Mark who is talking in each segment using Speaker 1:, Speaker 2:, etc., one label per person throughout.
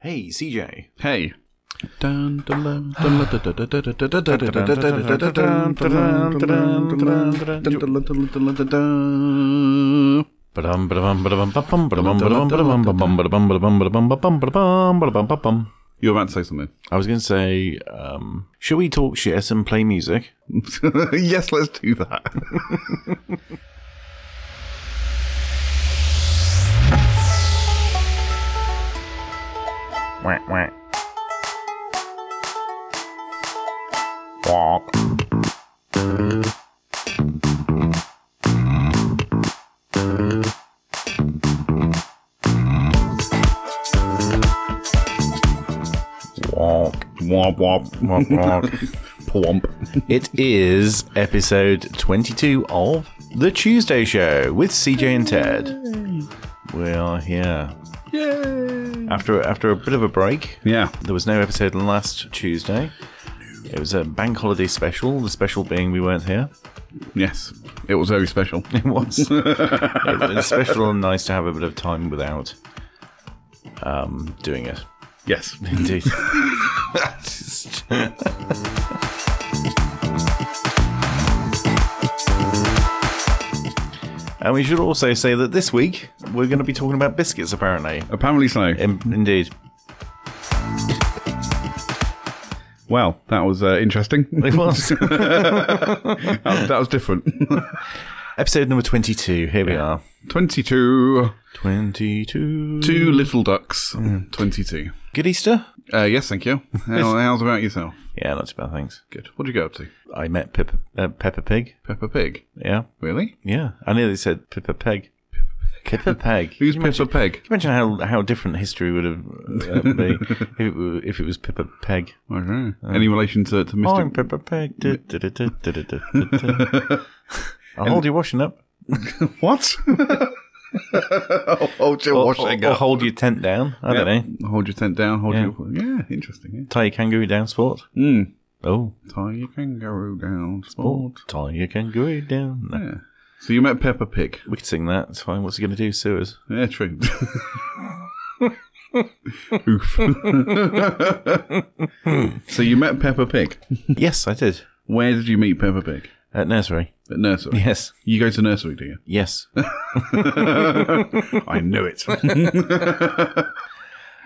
Speaker 1: Hey, CJ.
Speaker 2: Hey. You were about to say something.
Speaker 1: I was going to say, um, should we talk shit and play music?
Speaker 2: yes, let's do that.
Speaker 3: Quack, quack. Quack. Quack.
Speaker 2: Womp womp.
Speaker 3: Quack, quack.
Speaker 2: Pwomp.
Speaker 1: It is episode 22 of The Tuesday Show with CJ and Ted. Well, yeah.
Speaker 2: Yay.
Speaker 1: After, after a bit of a break,
Speaker 2: Yeah.
Speaker 1: There was no episode last Tuesday. It was a bank holiday special, the special being we weren't here.
Speaker 2: Yes. It was very special.
Speaker 1: It was. it was special and nice to have a bit of time without um, doing it.
Speaker 2: Yes.
Speaker 1: Indeed. and we should also say that this week we're going to be talking about biscuits, apparently.
Speaker 2: Apparently so.
Speaker 1: In- indeed.
Speaker 2: Well, that was uh, interesting.
Speaker 1: It was.
Speaker 2: that, that was different.
Speaker 1: Episode number 22. Here we are.
Speaker 2: 22.
Speaker 1: 22.
Speaker 2: Two little ducks. 22.
Speaker 1: Good Easter?
Speaker 2: Uh, yes, thank you. How, how's about yourself?
Speaker 1: Yeah, not too bad, thanks.
Speaker 2: Good. What did you go up to?
Speaker 1: I met Pip, uh, Peppa Pig.
Speaker 2: Peppa Pig.
Speaker 1: Yeah,
Speaker 2: Really?
Speaker 1: yeah. I nearly said Pippa Peg. Pippa Peg. Can you
Speaker 2: Who's Peppa Pig?
Speaker 1: imagine how, how different history would have uh, been if it, were, if it was Pippa Peg.
Speaker 2: Okay. Any relation to, to
Speaker 1: I'm
Speaker 2: Mr.
Speaker 1: Pippa Peg. Du- du- du- du- du- du- du- du- du. I'll hold your washing up.
Speaker 2: What? hold your
Speaker 1: Or,
Speaker 2: washing
Speaker 1: or- or
Speaker 2: up.
Speaker 1: hold your tent down. I
Speaker 2: Yeah.
Speaker 1: don't know.
Speaker 2: oh. Hold your tent down. Hold
Speaker 1: Yeah.
Speaker 2: your. Yeah, interesting.
Speaker 1: Tie your kangaroo down, sport.
Speaker 2: Yeah. Mm.
Speaker 1: Oh,
Speaker 2: Tie your kangaroo down,
Speaker 1: oh,
Speaker 2: sport.
Speaker 1: tie your kangaroo down. No.
Speaker 2: Yeah. So you met Peppa Pig.
Speaker 1: We could sing that. It's fine. What's he going to do? Sue us?
Speaker 2: Yeah, true. Oof. so you met Peppa Pig.
Speaker 1: yes, I did.
Speaker 2: Where did you meet Peppa Pig?
Speaker 1: At nursery.
Speaker 2: At nursery.
Speaker 1: Yes.
Speaker 2: You go to nursery, do you?
Speaker 1: Yes.
Speaker 2: I knew it.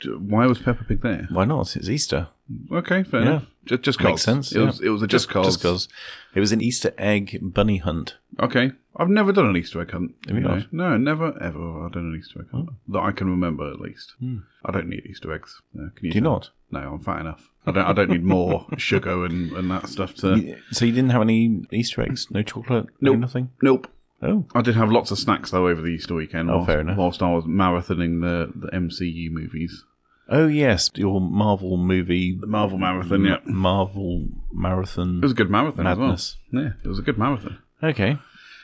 Speaker 2: Why was Peppa Pig there?
Speaker 1: Why not? It's Easter.
Speaker 2: Okay, fair
Speaker 1: Yeah.
Speaker 2: enough. Just, just
Speaker 1: Makes
Speaker 2: cause.
Speaker 1: sense.
Speaker 2: It
Speaker 1: yeah.
Speaker 2: was, it was a just, cause.
Speaker 1: Just cause. It was an Easter egg bunny hunt.
Speaker 2: Okay, I've never done an Easter egg hunt.
Speaker 1: Have you
Speaker 2: No.
Speaker 1: not? Oh.
Speaker 2: No, never ever have I done an Easter egg hunt that I can remember at least. I don't need Easter eggs. No, can
Speaker 1: Hmm.
Speaker 2: you
Speaker 1: Do you
Speaker 2: tell?
Speaker 1: not?
Speaker 2: No, I'm fat enough. I don't. I don't need more sugar and, and that stuff to.
Speaker 1: So you didn't have any Easter eggs? No chocolate? No
Speaker 2: Nope.
Speaker 1: nothing?
Speaker 2: Nope.
Speaker 1: Oh.
Speaker 2: I did have lots of snacks though over the Easter weekend.
Speaker 1: Oh,
Speaker 2: whilst,
Speaker 1: fair enough.
Speaker 2: Whilst I was marathoning the, the MCU movies,
Speaker 1: Oh, yes. Your Marvel movie.
Speaker 2: the Marvel marathon. Yeah, it
Speaker 1: Marvel marathon.
Speaker 2: was a good marathon
Speaker 1: Madness.
Speaker 2: as well. Yeah, it was a good marathon.
Speaker 1: Okay.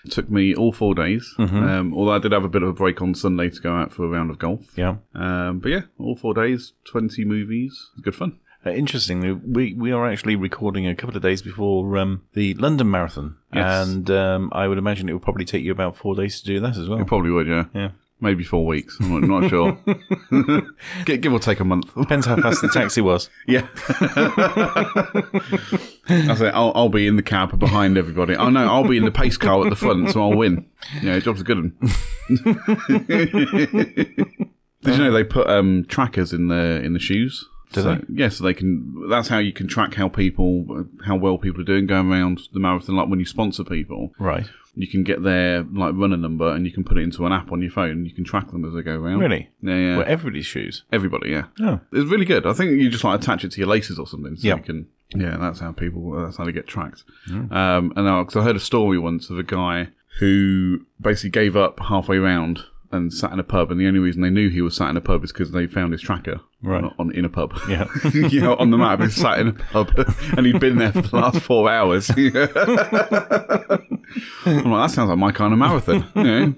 Speaker 2: It took me all four days.
Speaker 1: Mm-hmm.
Speaker 2: Um, although I did have a bit of a break on Sunday to go out for a round of golf.
Speaker 1: Yeah.
Speaker 2: Um, but yeah, all four days, twenty movies. It was good fun.
Speaker 1: Uh, interestingly, we, we are actually recording a couple of days before um, the London Marathon.
Speaker 2: Yes.
Speaker 1: And um, I would imagine it would probably take you about four days to do that as well.
Speaker 2: It probably would. Yeah.
Speaker 1: Yeah.
Speaker 2: Maybe four weeks. I'm not, not sure. Gi- give or take a month.
Speaker 1: Depends how fast the taxi was.
Speaker 2: Yeah. I say, I'll, I'll be in the cab behind everybody. Oh, no, I'll be in the pace car at the front, so I'll win. Yeah, job's a good one. Did you know they put um, trackers in the in the shoes?
Speaker 1: Do
Speaker 2: so,
Speaker 1: they?
Speaker 2: Yeah, so they can. That's how you can track how people, how well people are doing going around the marathon. Like when you sponsor people,
Speaker 1: Right.
Speaker 2: you can get their like runner number and you can put it into an app on your phone. and You can track them as they go around.
Speaker 1: Really?
Speaker 2: Yeah, yeah.
Speaker 1: Well, everybody's shoes.
Speaker 2: Everybody, yeah.
Speaker 1: Oh.
Speaker 2: It's really good. I think you just like attach it to your laces or something, so
Speaker 1: Yeah.
Speaker 2: you can. Yeah, that's how people. That's how they get tracked. Um, and because I heard a story once of a guy who basically gave up halfway round and sat in a pub, and the only reason they knew he was sat in a pub is because they found his tracker
Speaker 1: Right.
Speaker 2: on, on in a pub.
Speaker 1: Yeah.
Speaker 2: you know, on the map, he sat in a pub, and he'd been there for the last four hours. I'm like, that sounds like my kind of marathon. You know,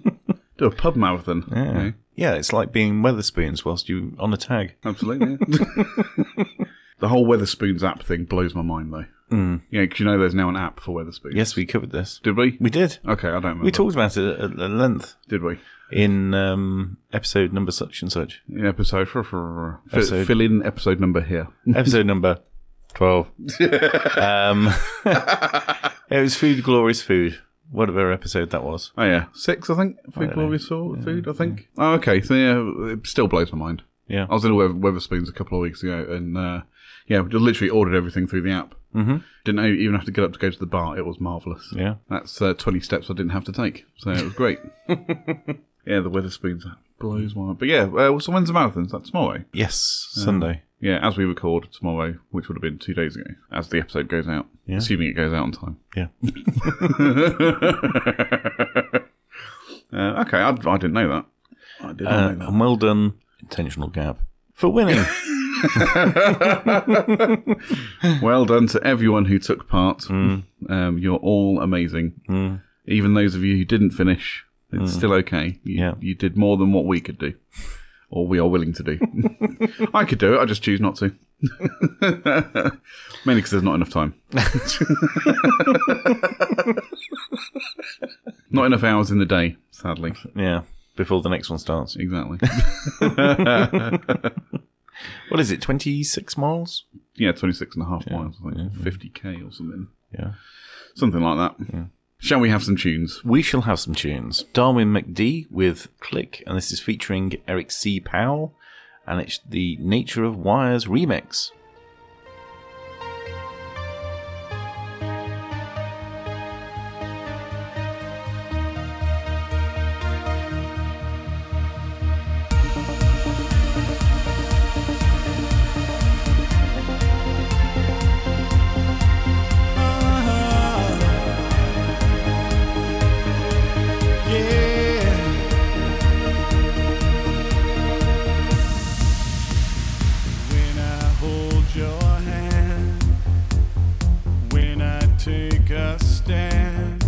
Speaker 2: do a pub marathon. you
Speaker 1: Yeah.
Speaker 2: know.
Speaker 1: Yeah, it's like being Weatherspoons whilst you on a tag.
Speaker 2: Absolutely. Yeah. the whole Weatherspoons app thing blows my mind, though. Mm. Yeah, because you know there's now an app for Weatherspoons.
Speaker 1: Yes, we covered this.
Speaker 2: Did we?
Speaker 1: We did.
Speaker 2: Okay, I don't remember.
Speaker 1: We talked about it at, at length
Speaker 2: Did we?
Speaker 1: in um, episode number such and such.
Speaker 2: In episode for, for, for
Speaker 1: Episode-
Speaker 2: fill in episode number here.
Speaker 1: episode number 12. um, it was Food Glorious Food, whatever episode that was.
Speaker 2: Oh yeah, six I think. Food glory sort food I think. Oh okay, so yeah, it still blows my mind.
Speaker 1: Yeah.
Speaker 2: I was in Weather- Weatherspoons a couple of weeks ago, and uh, yeah, just literally ordered everything through the app. Mm-hmm. Didn't even have to get up to go to the bar. It was marvelous.
Speaker 1: Yeah.
Speaker 2: That's uh, 20 steps I didn't have to take. So it was great. yeah, the Weatherspoons app blows my mind. But yeah, uh, so when's the marathon? Is that tomorrow?
Speaker 1: Yes, Sunday.
Speaker 2: Yeah, as we record tomorrow, which would have been two days ago, as the episode goes out, assuming it goes out on time.
Speaker 1: Yeah.
Speaker 2: Uh, okay, I, I didn't know that. I didn't
Speaker 1: Uh,
Speaker 2: know that.
Speaker 1: and well done, intentional gab, for winning.
Speaker 2: Well done to everyone who took part. Um, you're all amazing. Even those of you who didn't finish, it's still okay. You,
Speaker 1: Yeah.
Speaker 2: you did more than what we could do, or we are willing to do. I could do it. I just choose not to. Mainly because there's not enough time. not enough hours in the day, sadly.
Speaker 1: yeah. Before the next one starts.
Speaker 2: Exactly.
Speaker 1: What is it, 26 miles?
Speaker 2: Yeah, 26 and a half miles, I think. 50k or something.
Speaker 1: Yeah.
Speaker 2: Something like that. Shall we have some tunes?
Speaker 1: We shall have some tunes. Darwin McD with Click, and this is featuring Eric C. Powell, and it's the Nature of Wires remix.
Speaker 3: Yeah. When I hold your hand, when I take a stand,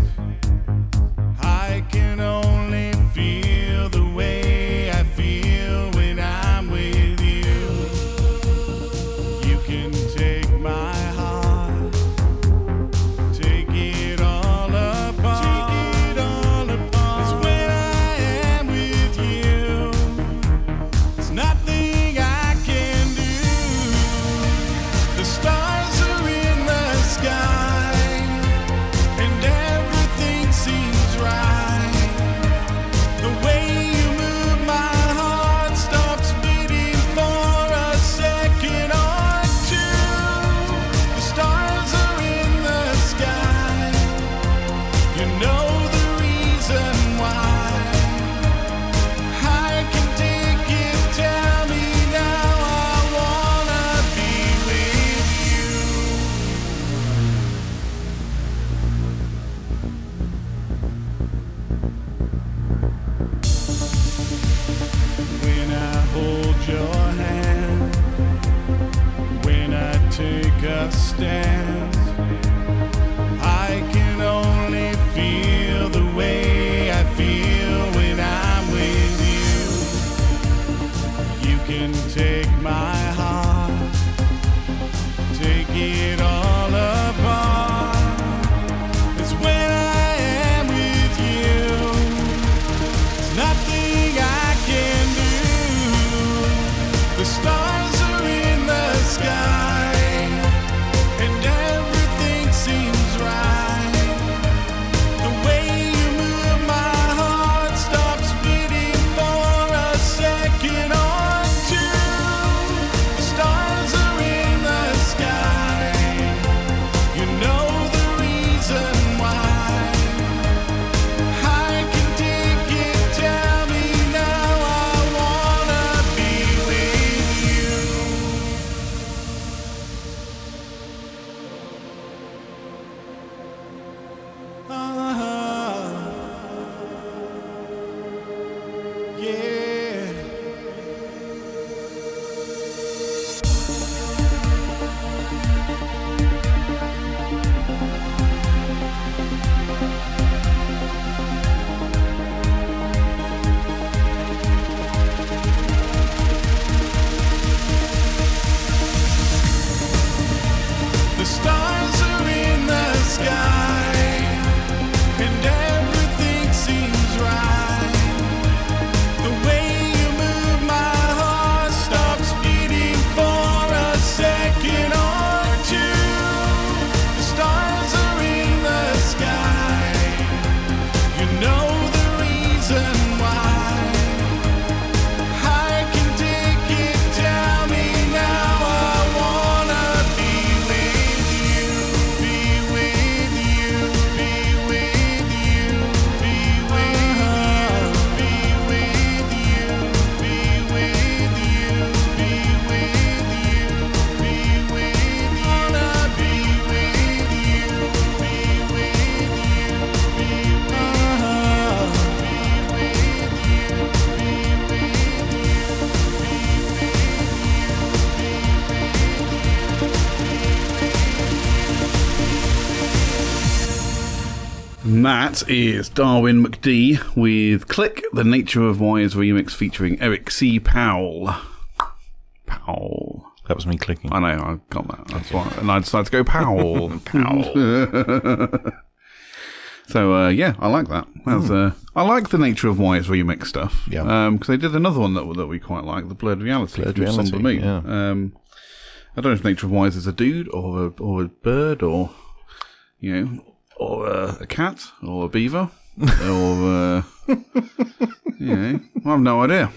Speaker 3: I can only feel the way I feel when I'm with you. You can take my heart. Take it all apart. Take it all apart. It's when I am with you. It's nothing I can do. The stars are in the sky, and everything seems right. The way you move my heart stops beating for a second or two. The stars are in the sky. You know the reason why. I can take it. Tell me now. I wanna be with you. when I hold your hand, when I take a stand, I can only feel the way I feel when I'm with you. You can take my heart, take it all apart. It's when I am with you. Nothing I can do. The stars are in the sky, and everything seems right. The way you move my heart stops beating for a second or two. Uh-huh. Uh-huh.
Speaker 2: that is Darwin McD with Click, The Nature of Wise remix featuring Eric C. Powell. Powell.
Speaker 1: That was me clicking.
Speaker 2: I know, I got that. That's why. And I decided to go Powell. Powell. so, uh, yeah, I like that. That's, uh, I like the Nature of Wise remix stuff.
Speaker 1: Hmm. Yeah.
Speaker 2: Because they did another one that, that we quite like, the Blurred Reality.
Speaker 1: Blurred
Speaker 2: from
Speaker 1: Reality,
Speaker 2: Somber Me.
Speaker 1: yeah.
Speaker 2: Um, I don't know if Nature of Wise is a dude or a, or a bird or, you know, or a, a cat or a beaver or, uh, you know, I have no idea.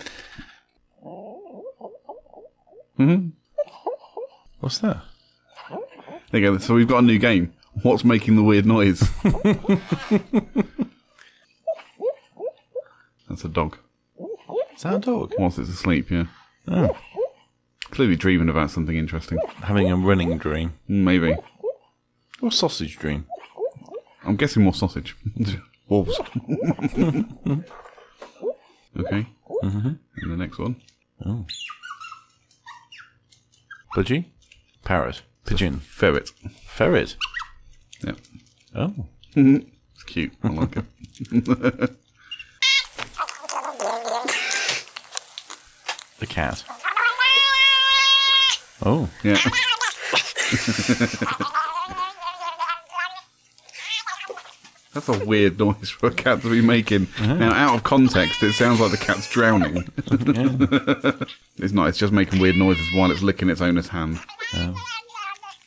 Speaker 1: What's that?
Speaker 2: There you go. So we've got a new game. What's making the weird noise? That's a dog.
Speaker 1: Is that a dog?
Speaker 2: Whilst it's asleep, yeah. Clearly dreaming about something interesting.
Speaker 1: Having a running dream.
Speaker 2: Maybe.
Speaker 1: Or sausage dream.
Speaker 2: I'm guessing more sausage. Wolves. okay. And the next one.
Speaker 1: Budgie? Parrot. Pigeon.
Speaker 2: Ferret.
Speaker 1: Ferret.
Speaker 2: Yeah.
Speaker 1: Oh.
Speaker 2: It's cute. I like it.
Speaker 1: The cat. Oh.
Speaker 2: Yeah. That's a weird noise for a cat to be making. Now, out of context, it sounds like the cat's drowning. it's not. It's just making weird noises while it's licking its owner's hand.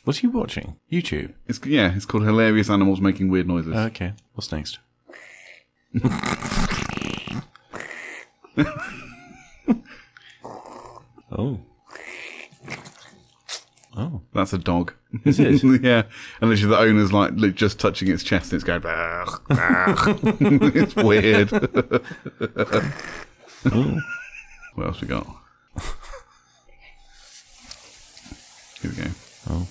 Speaker 1: What are you watching? YouTube.
Speaker 2: It's yeah. It's called hilarious animals making weird noises.
Speaker 1: Okay. What's next? oh. Oh.
Speaker 2: That's a dog.
Speaker 1: Is it?
Speaker 2: yeah. And literally, the owner's like li- just touching its chest, and it's going. "Bah, bah." it's weird.
Speaker 1: Oh.
Speaker 2: what else we got? Here we go.
Speaker 1: Oh.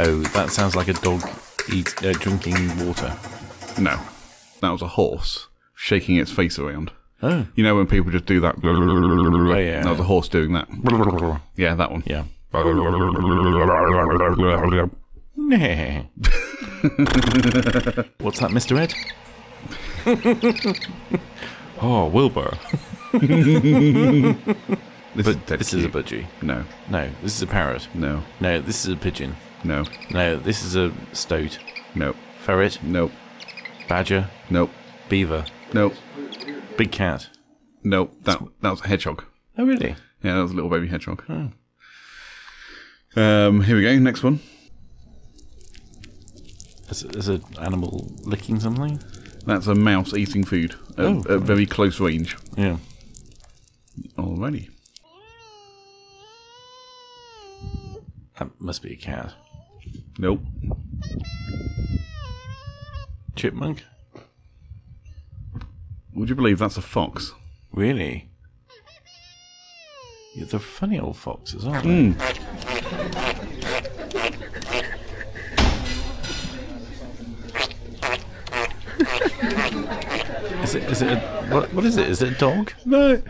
Speaker 1: Oh, that sounds like a dog eat, uh, drinking water.
Speaker 2: No, that was a horse shaking its face around.
Speaker 1: Oh.
Speaker 2: You know when people just do that? Oh,
Speaker 1: yeah.
Speaker 2: That was a horse doing that. Yeah, that one.
Speaker 1: Yeah.
Speaker 2: That's
Speaker 1: Nah. What's that, Mr. Ed? oh, Wilbur.
Speaker 2: but
Speaker 1: This is a budgie.
Speaker 2: No,
Speaker 1: No, this is a parrot.
Speaker 2: no,
Speaker 1: No, this is a pigeon.
Speaker 2: no,
Speaker 1: No, this is a stoat.
Speaker 2: no,
Speaker 1: Ferret,
Speaker 2: no,
Speaker 1: badger,
Speaker 2: no,
Speaker 1: beaver,
Speaker 2: no,
Speaker 1: big cat.
Speaker 2: no. That that was a hedgehog.
Speaker 1: Oh, really?
Speaker 2: Yeah, that was a little baby hedgehog.
Speaker 1: Oh.
Speaker 2: Um, here we go. Next one.
Speaker 1: Is, is an animal licking something?
Speaker 2: That's a mouse eating food at,
Speaker 1: Oh.
Speaker 2: at very close range.
Speaker 1: Yeah.
Speaker 2: Alrighty.
Speaker 1: That must be a cat.
Speaker 2: Nope.
Speaker 1: Chipmunk?
Speaker 2: Would you believe that's a fox?
Speaker 1: Really? Yeah, they're funny old foxes, aren't they? Is it? Is it? A, what? What is it? Is it a dog?
Speaker 2: No.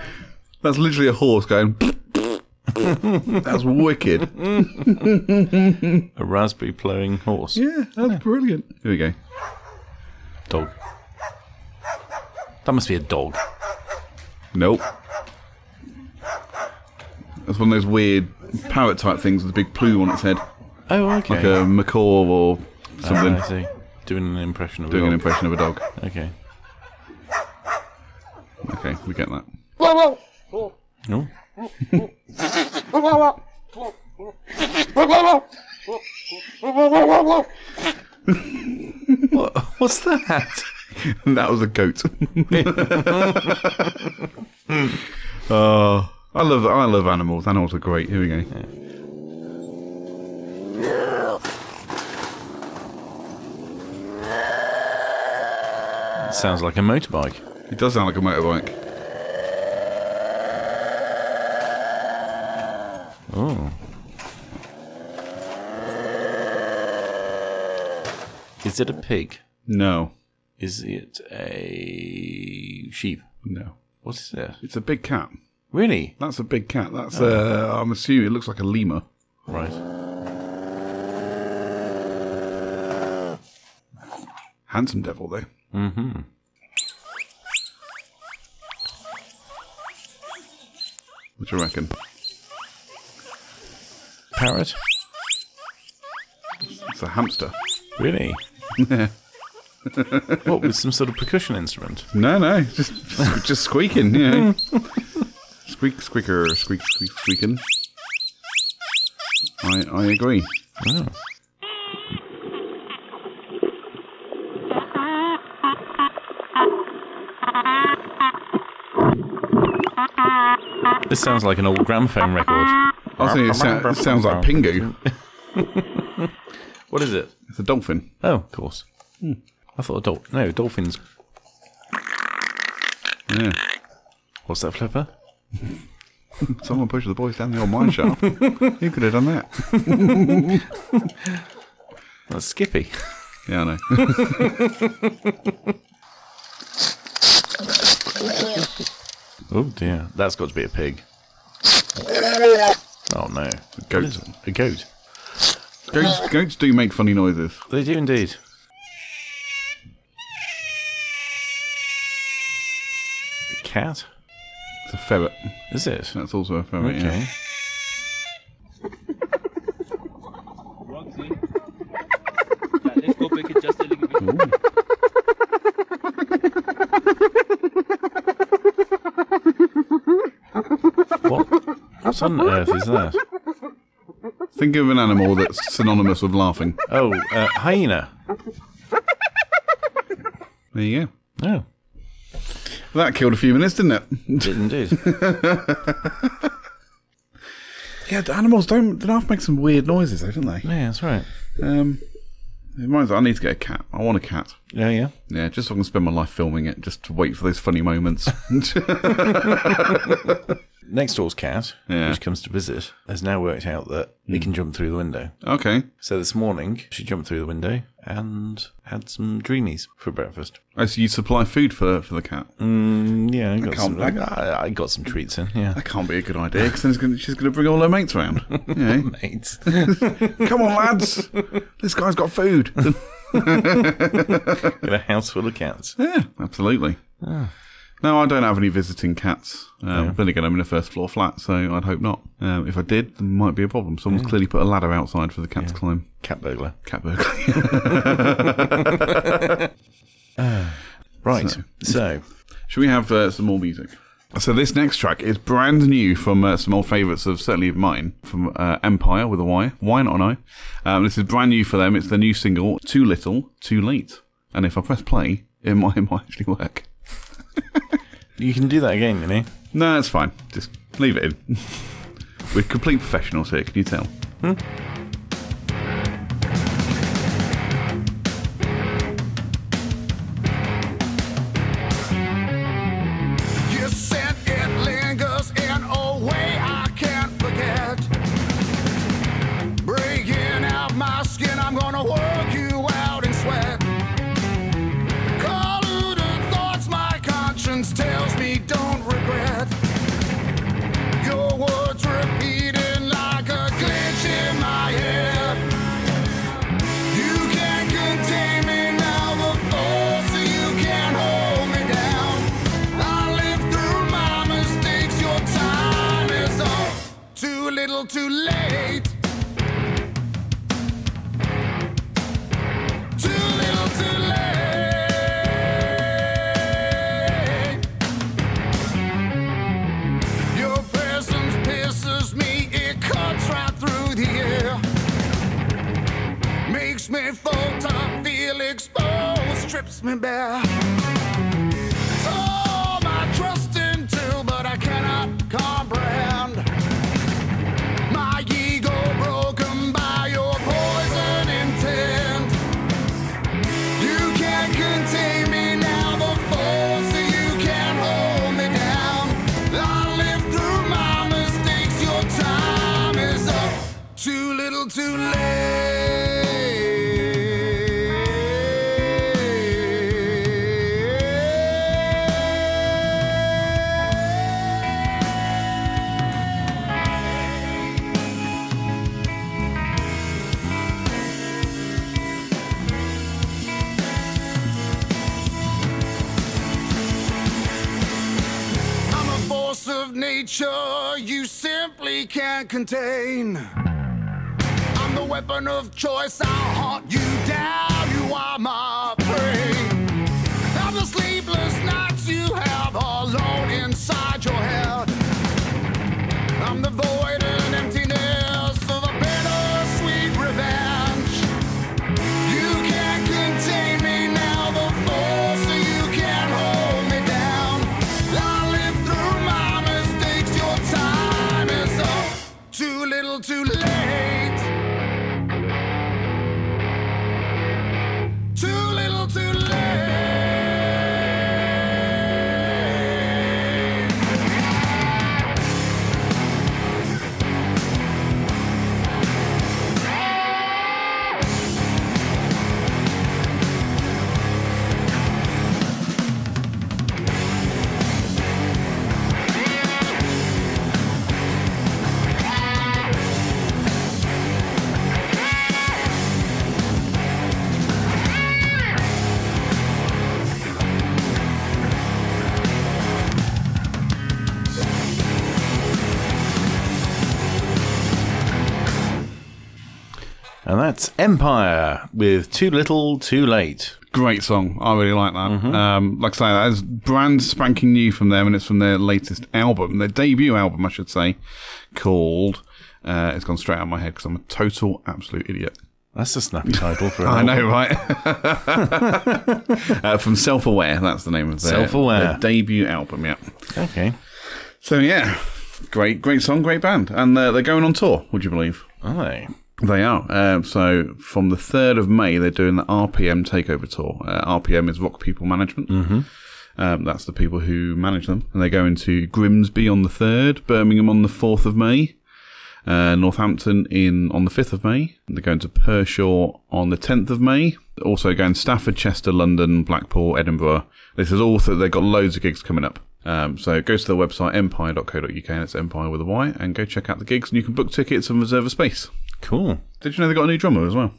Speaker 2: That's literally a horse going. that's wicked.
Speaker 1: A raspberry blowing horse?
Speaker 2: Yeah, that's brilliant. Here we go.
Speaker 1: Dog. That must be a dog.
Speaker 2: Nope. That's one of those weird parrot type things with a big plume on its head,
Speaker 1: Oh, okay.
Speaker 2: like a macaw or something,
Speaker 1: Ah, I see. Doing an impression of
Speaker 2: doing
Speaker 1: a
Speaker 2: an
Speaker 1: dog.
Speaker 2: impression of a dog.
Speaker 1: okay.
Speaker 2: Okay, we get that.
Speaker 1: No. what? What's that?
Speaker 2: that was a goat. oh, I love I love animals. Animals are great. Here we go.
Speaker 1: Sounds like a motorbike.
Speaker 2: It does sound like a motorbike.
Speaker 1: Oh. Is it a pig?
Speaker 2: No,
Speaker 1: Is it a sheep?
Speaker 2: no,
Speaker 1: What is it?
Speaker 2: it's a big cat.
Speaker 1: Really?
Speaker 2: Oh. That's a big cat. That's uh, I'm assuming it looks like a lemur.
Speaker 1: Right.
Speaker 2: Handsome devil, though. Mm-hmm. What do you reckon?
Speaker 1: Parrot?
Speaker 2: It's a hamster.
Speaker 1: Really? what, with some sort of percussion instrument?
Speaker 2: No, no, just just, just squeaking. You know. squeak, squeaker, squeak, squeak, squeaking. I I agree.
Speaker 1: Oh. This sounds like an old gramophone record.
Speaker 2: I was thinking it, sou- it sounds like Pingu.
Speaker 1: What is it?
Speaker 2: It's a dolphin.
Speaker 1: Oh, of course. I thought a dol- no dolphins.
Speaker 2: Yeah.
Speaker 1: What's that flipper?
Speaker 2: Someone pushed the boys down the old mine shaft. Who could have done that?
Speaker 1: That's Skippy.
Speaker 2: Yeah, I know.
Speaker 1: Oh dear, that's got to be a pig. Oh no, a
Speaker 2: goat.
Speaker 1: A goat.
Speaker 2: goats, goats do make funny noises.
Speaker 1: They do indeed. A cat?
Speaker 2: It's a ferret.
Speaker 1: Is it?
Speaker 2: That's also a ferret. Uh, yeah.
Speaker 1: Okay.
Speaker 4: Roxy. Like, let's go back it just a little bit.
Speaker 1: What? What on earth is that?
Speaker 2: Think of an animal that's synonymous with laughing.
Speaker 1: Oh, uh, hyena.
Speaker 2: There you
Speaker 1: Oh,
Speaker 2: go. That killed a few minutes, didn't it?
Speaker 1: did indeed.
Speaker 2: yeah, the animals don't. They often make some weird noises, though, don't they?
Speaker 1: yeah, that's right.
Speaker 2: Um, it reminds. I need to get a cat. I want a cat.
Speaker 1: Yeah, Oh, yeah.
Speaker 2: Yeah, just so I can spend my life filming it, just to wait for those funny moments.
Speaker 1: Next door's cat,
Speaker 2: Yeah. Hmm.
Speaker 1: which comes to visit, has now worked out that he can jump through the window.
Speaker 2: okay,
Speaker 1: So this morning, she jumped through the window and had some dreamies for breakfast.
Speaker 2: oh, so you supply food for for the cat.
Speaker 1: Mm, yeah, I got,
Speaker 2: can't
Speaker 1: some,
Speaker 2: blame-
Speaker 1: I, I got some treats in, yeah.
Speaker 2: That can't be a good idea because then it's gonna, she's going to bring all her mates around. Yeah,
Speaker 1: Mates.
Speaker 2: come on, lads, this guy's got food.
Speaker 1: In a house full of cats.
Speaker 2: yeah, absolutely. No, I don't have any visiting cats. Um, Then again, I'm in a first floor flat, so I'd hope not. Um, if I did, there might be a problem. Someone's clearly put a ladder outside for the cat to climb.
Speaker 1: Cat burglar.
Speaker 2: Cat burglary.
Speaker 1: Right.
Speaker 2: So-
Speaker 1: So,
Speaker 2: Should we have uh, some more music? So this next track is brand new from uh, some old favourites of certainly of mine from uh, Empire with a Y, Why Not an I. Um, this is brand new for them. It's their new single, Too Little, Too Late. And if I press play, it might, it might actually work.
Speaker 1: you can do that again, you know?
Speaker 2: No, that's fine. Just leave it in. We're complete professionals here. Can you tell?
Speaker 3: You said it lingers in a way I can't forget. Breaking out my skin, I'm gonna work you out in sweat. Colluded thoughts, my conscience tells me don't regret. Your words repeated like a glitch in my head. You can't contain me now, the force you can't hold me down. I lived through my mistakes. Your time is up. Too little, too late. Too little, too late. Your presence pisses me. It cuts right through the air. Makes me fold I feel exposed, strips me bare. It's all my trust into, but I cannot comprehend. My ego broken by your poison intent. You can't contain me now, the force that you can hold me down. I live through my mistakes, your time is up. Too little, too late.
Speaker 5: of nature you simply can't contain. I'm the weapon of choice, I'll haunt you down. You are my prey. I'm the sleepless nights you have alone inside your head. I'm the void and emptiness of a bittersweet revenge. You can't contain me now, the force so you can't hold me down. I live through my mistakes, your time is up. Too little, too late. Too little, too late.
Speaker 1: And that's Empire with Too Little, Too Late.
Speaker 2: Great song. I really like that. Um, like I say, that is brand spanking new from them, and it's from their latest album, their debut album, I should say, called. Uh, it's gone straight out of my head because I'm a total, absolute idiot.
Speaker 1: That's a snappy title for an
Speaker 2: I
Speaker 1: album.
Speaker 2: know, right? Oh. uh, from Self Aware, that's the name of their,
Speaker 1: Self-Aware.
Speaker 2: their debut album, yeah.
Speaker 1: Okay.
Speaker 2: So, yeah, great, great song, great band. And uh, they're going on tour, would you believe?
Speaker 1: Aye.
Speaker 2: They are. Um, so from the 3rd of May, they're doing the RPM Takeover Tour. Uh, RPM is Rock People Management. Mm-hmm. Um, that's the people who manage them. And they're going to Grimsby on the 3rd, Birmingham on the 4th of May, uh, Northampton in on the 5th of May. They're going to Pershaw on the 10th of May. Also going Stafford, Chester, London, Blackpool, Edinburgh. This is all, so they've got loads of gigs coming up. Um, so go to their website, empire.co.uk, and it's empire with a Y, and go check out the gigs, and you can book tickets and reserve a space.
Speaker 1: Cool.
Speaker 2: Did you know they got a new drummer as well?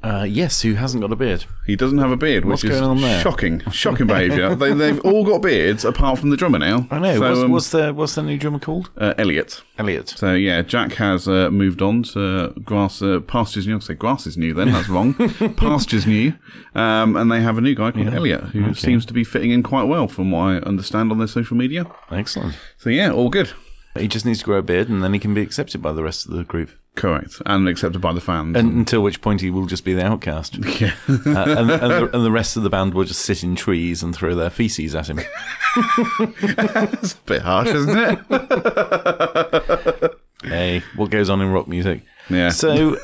Speaker 1: Uh, yes, who hasn't got a beard?
Speaker 2: He doesn't have a beard, which
Speaker 1: What's
Speaker 2: is
Speaker 1: going on there?
Speaker 2: shocking. Shocking behaviour. they, they've all got beards apart from the drummer now.
Speaker 1: I know.
Speaker 2: So,
Speaker 1: what's,
Speaker 2: um,
Speaker 1: what's the what's the new drummer called?
Speaker 2: uh, Elliot?
Speaker 1: Elliot.
Speaker 2: So yeah, Jack has uh, moved on to grass uh, pastures new. I say grass is new. Then that's wrong. pastures new, um, and they have a new guy called Elliot who seems to be fitting in quite well, from what I understand on their social media.
Speaker 1: Excellent.
Speaker 2: So yeah, all good.
Speaker 1: He just needs to grow a beard, and then he can be accepted by the rest of the group.
Speaker 2: Correct, and accepted by the fans.
Speaker 1: And until which point he will just be the outcast.
Speaker 2: yeah.
Speaker 1: Uh, and, and, the, and the rest of the band will just sit in trees and throw their feces at him.
Speaker 2: it's a bit harsh, isn't it?
Speaker 1: hey, what goes on in rock music?
Speaker 2: Yeah.
Speaker 1: So,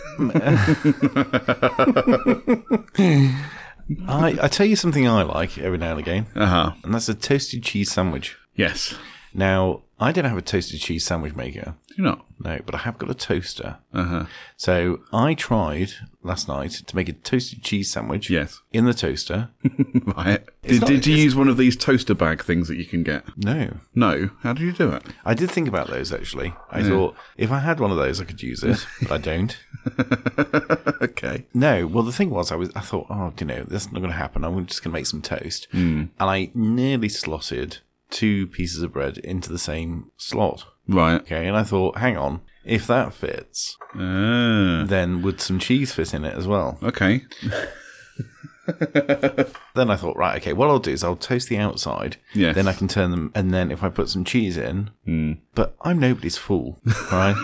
Speaker 1: I, I tell you something I like every now and again,
Speaker 2: Uh huh.
Speaker 1: and that's a toasted cheese sandwich.
Speaker 2: Yes.
Speaker 1: Now, I don't have a toasted cheese sandwich maker,
Speaker 2: Do you not?
Speaker 1: no, but I have got a toaster.
Speaker 2: Uh-huh.
Speaker 1: So I tried last night to make a toasted cheese sandwich.
Speaker 2: Yes.
Speaker 1: In the toaster.
Speaker 2: Right. Did,
Speaker 1: not-
Speaker 2: did you use one of these toaster bag things that you can get?
Speaker 1: No.
Speaker 2: No. How did you do it?
Speaker 1: I did think about those actually. I thought if I had one of those, I could use it, but I don't.
Speaker 2: Okay.
Speaker 1: No, well, the thing was, I was, I thought, oh, you know, that's not going to happen. I'm just going to make some toast,
Speaker 2: Hmm.
Speaker 1: mm. and I nearly slotted two pieces of bread into the same slot.
Speaker 2: Right.
Speaker 1: Okay, and I thought, hang on, if that fits,
Speaker 2: Ah.
Speaker 1: then would some cheese fit in it as well?
Speaker 2: okay.
Speaker 1: Then I thought, right, okay, what I'll do is I'll toast the outside.
Speaker 2: Yes. Hmm.
Speaker 1: Then I can turn them, and then if I put some cheese in, but I'm nobody's fool, right?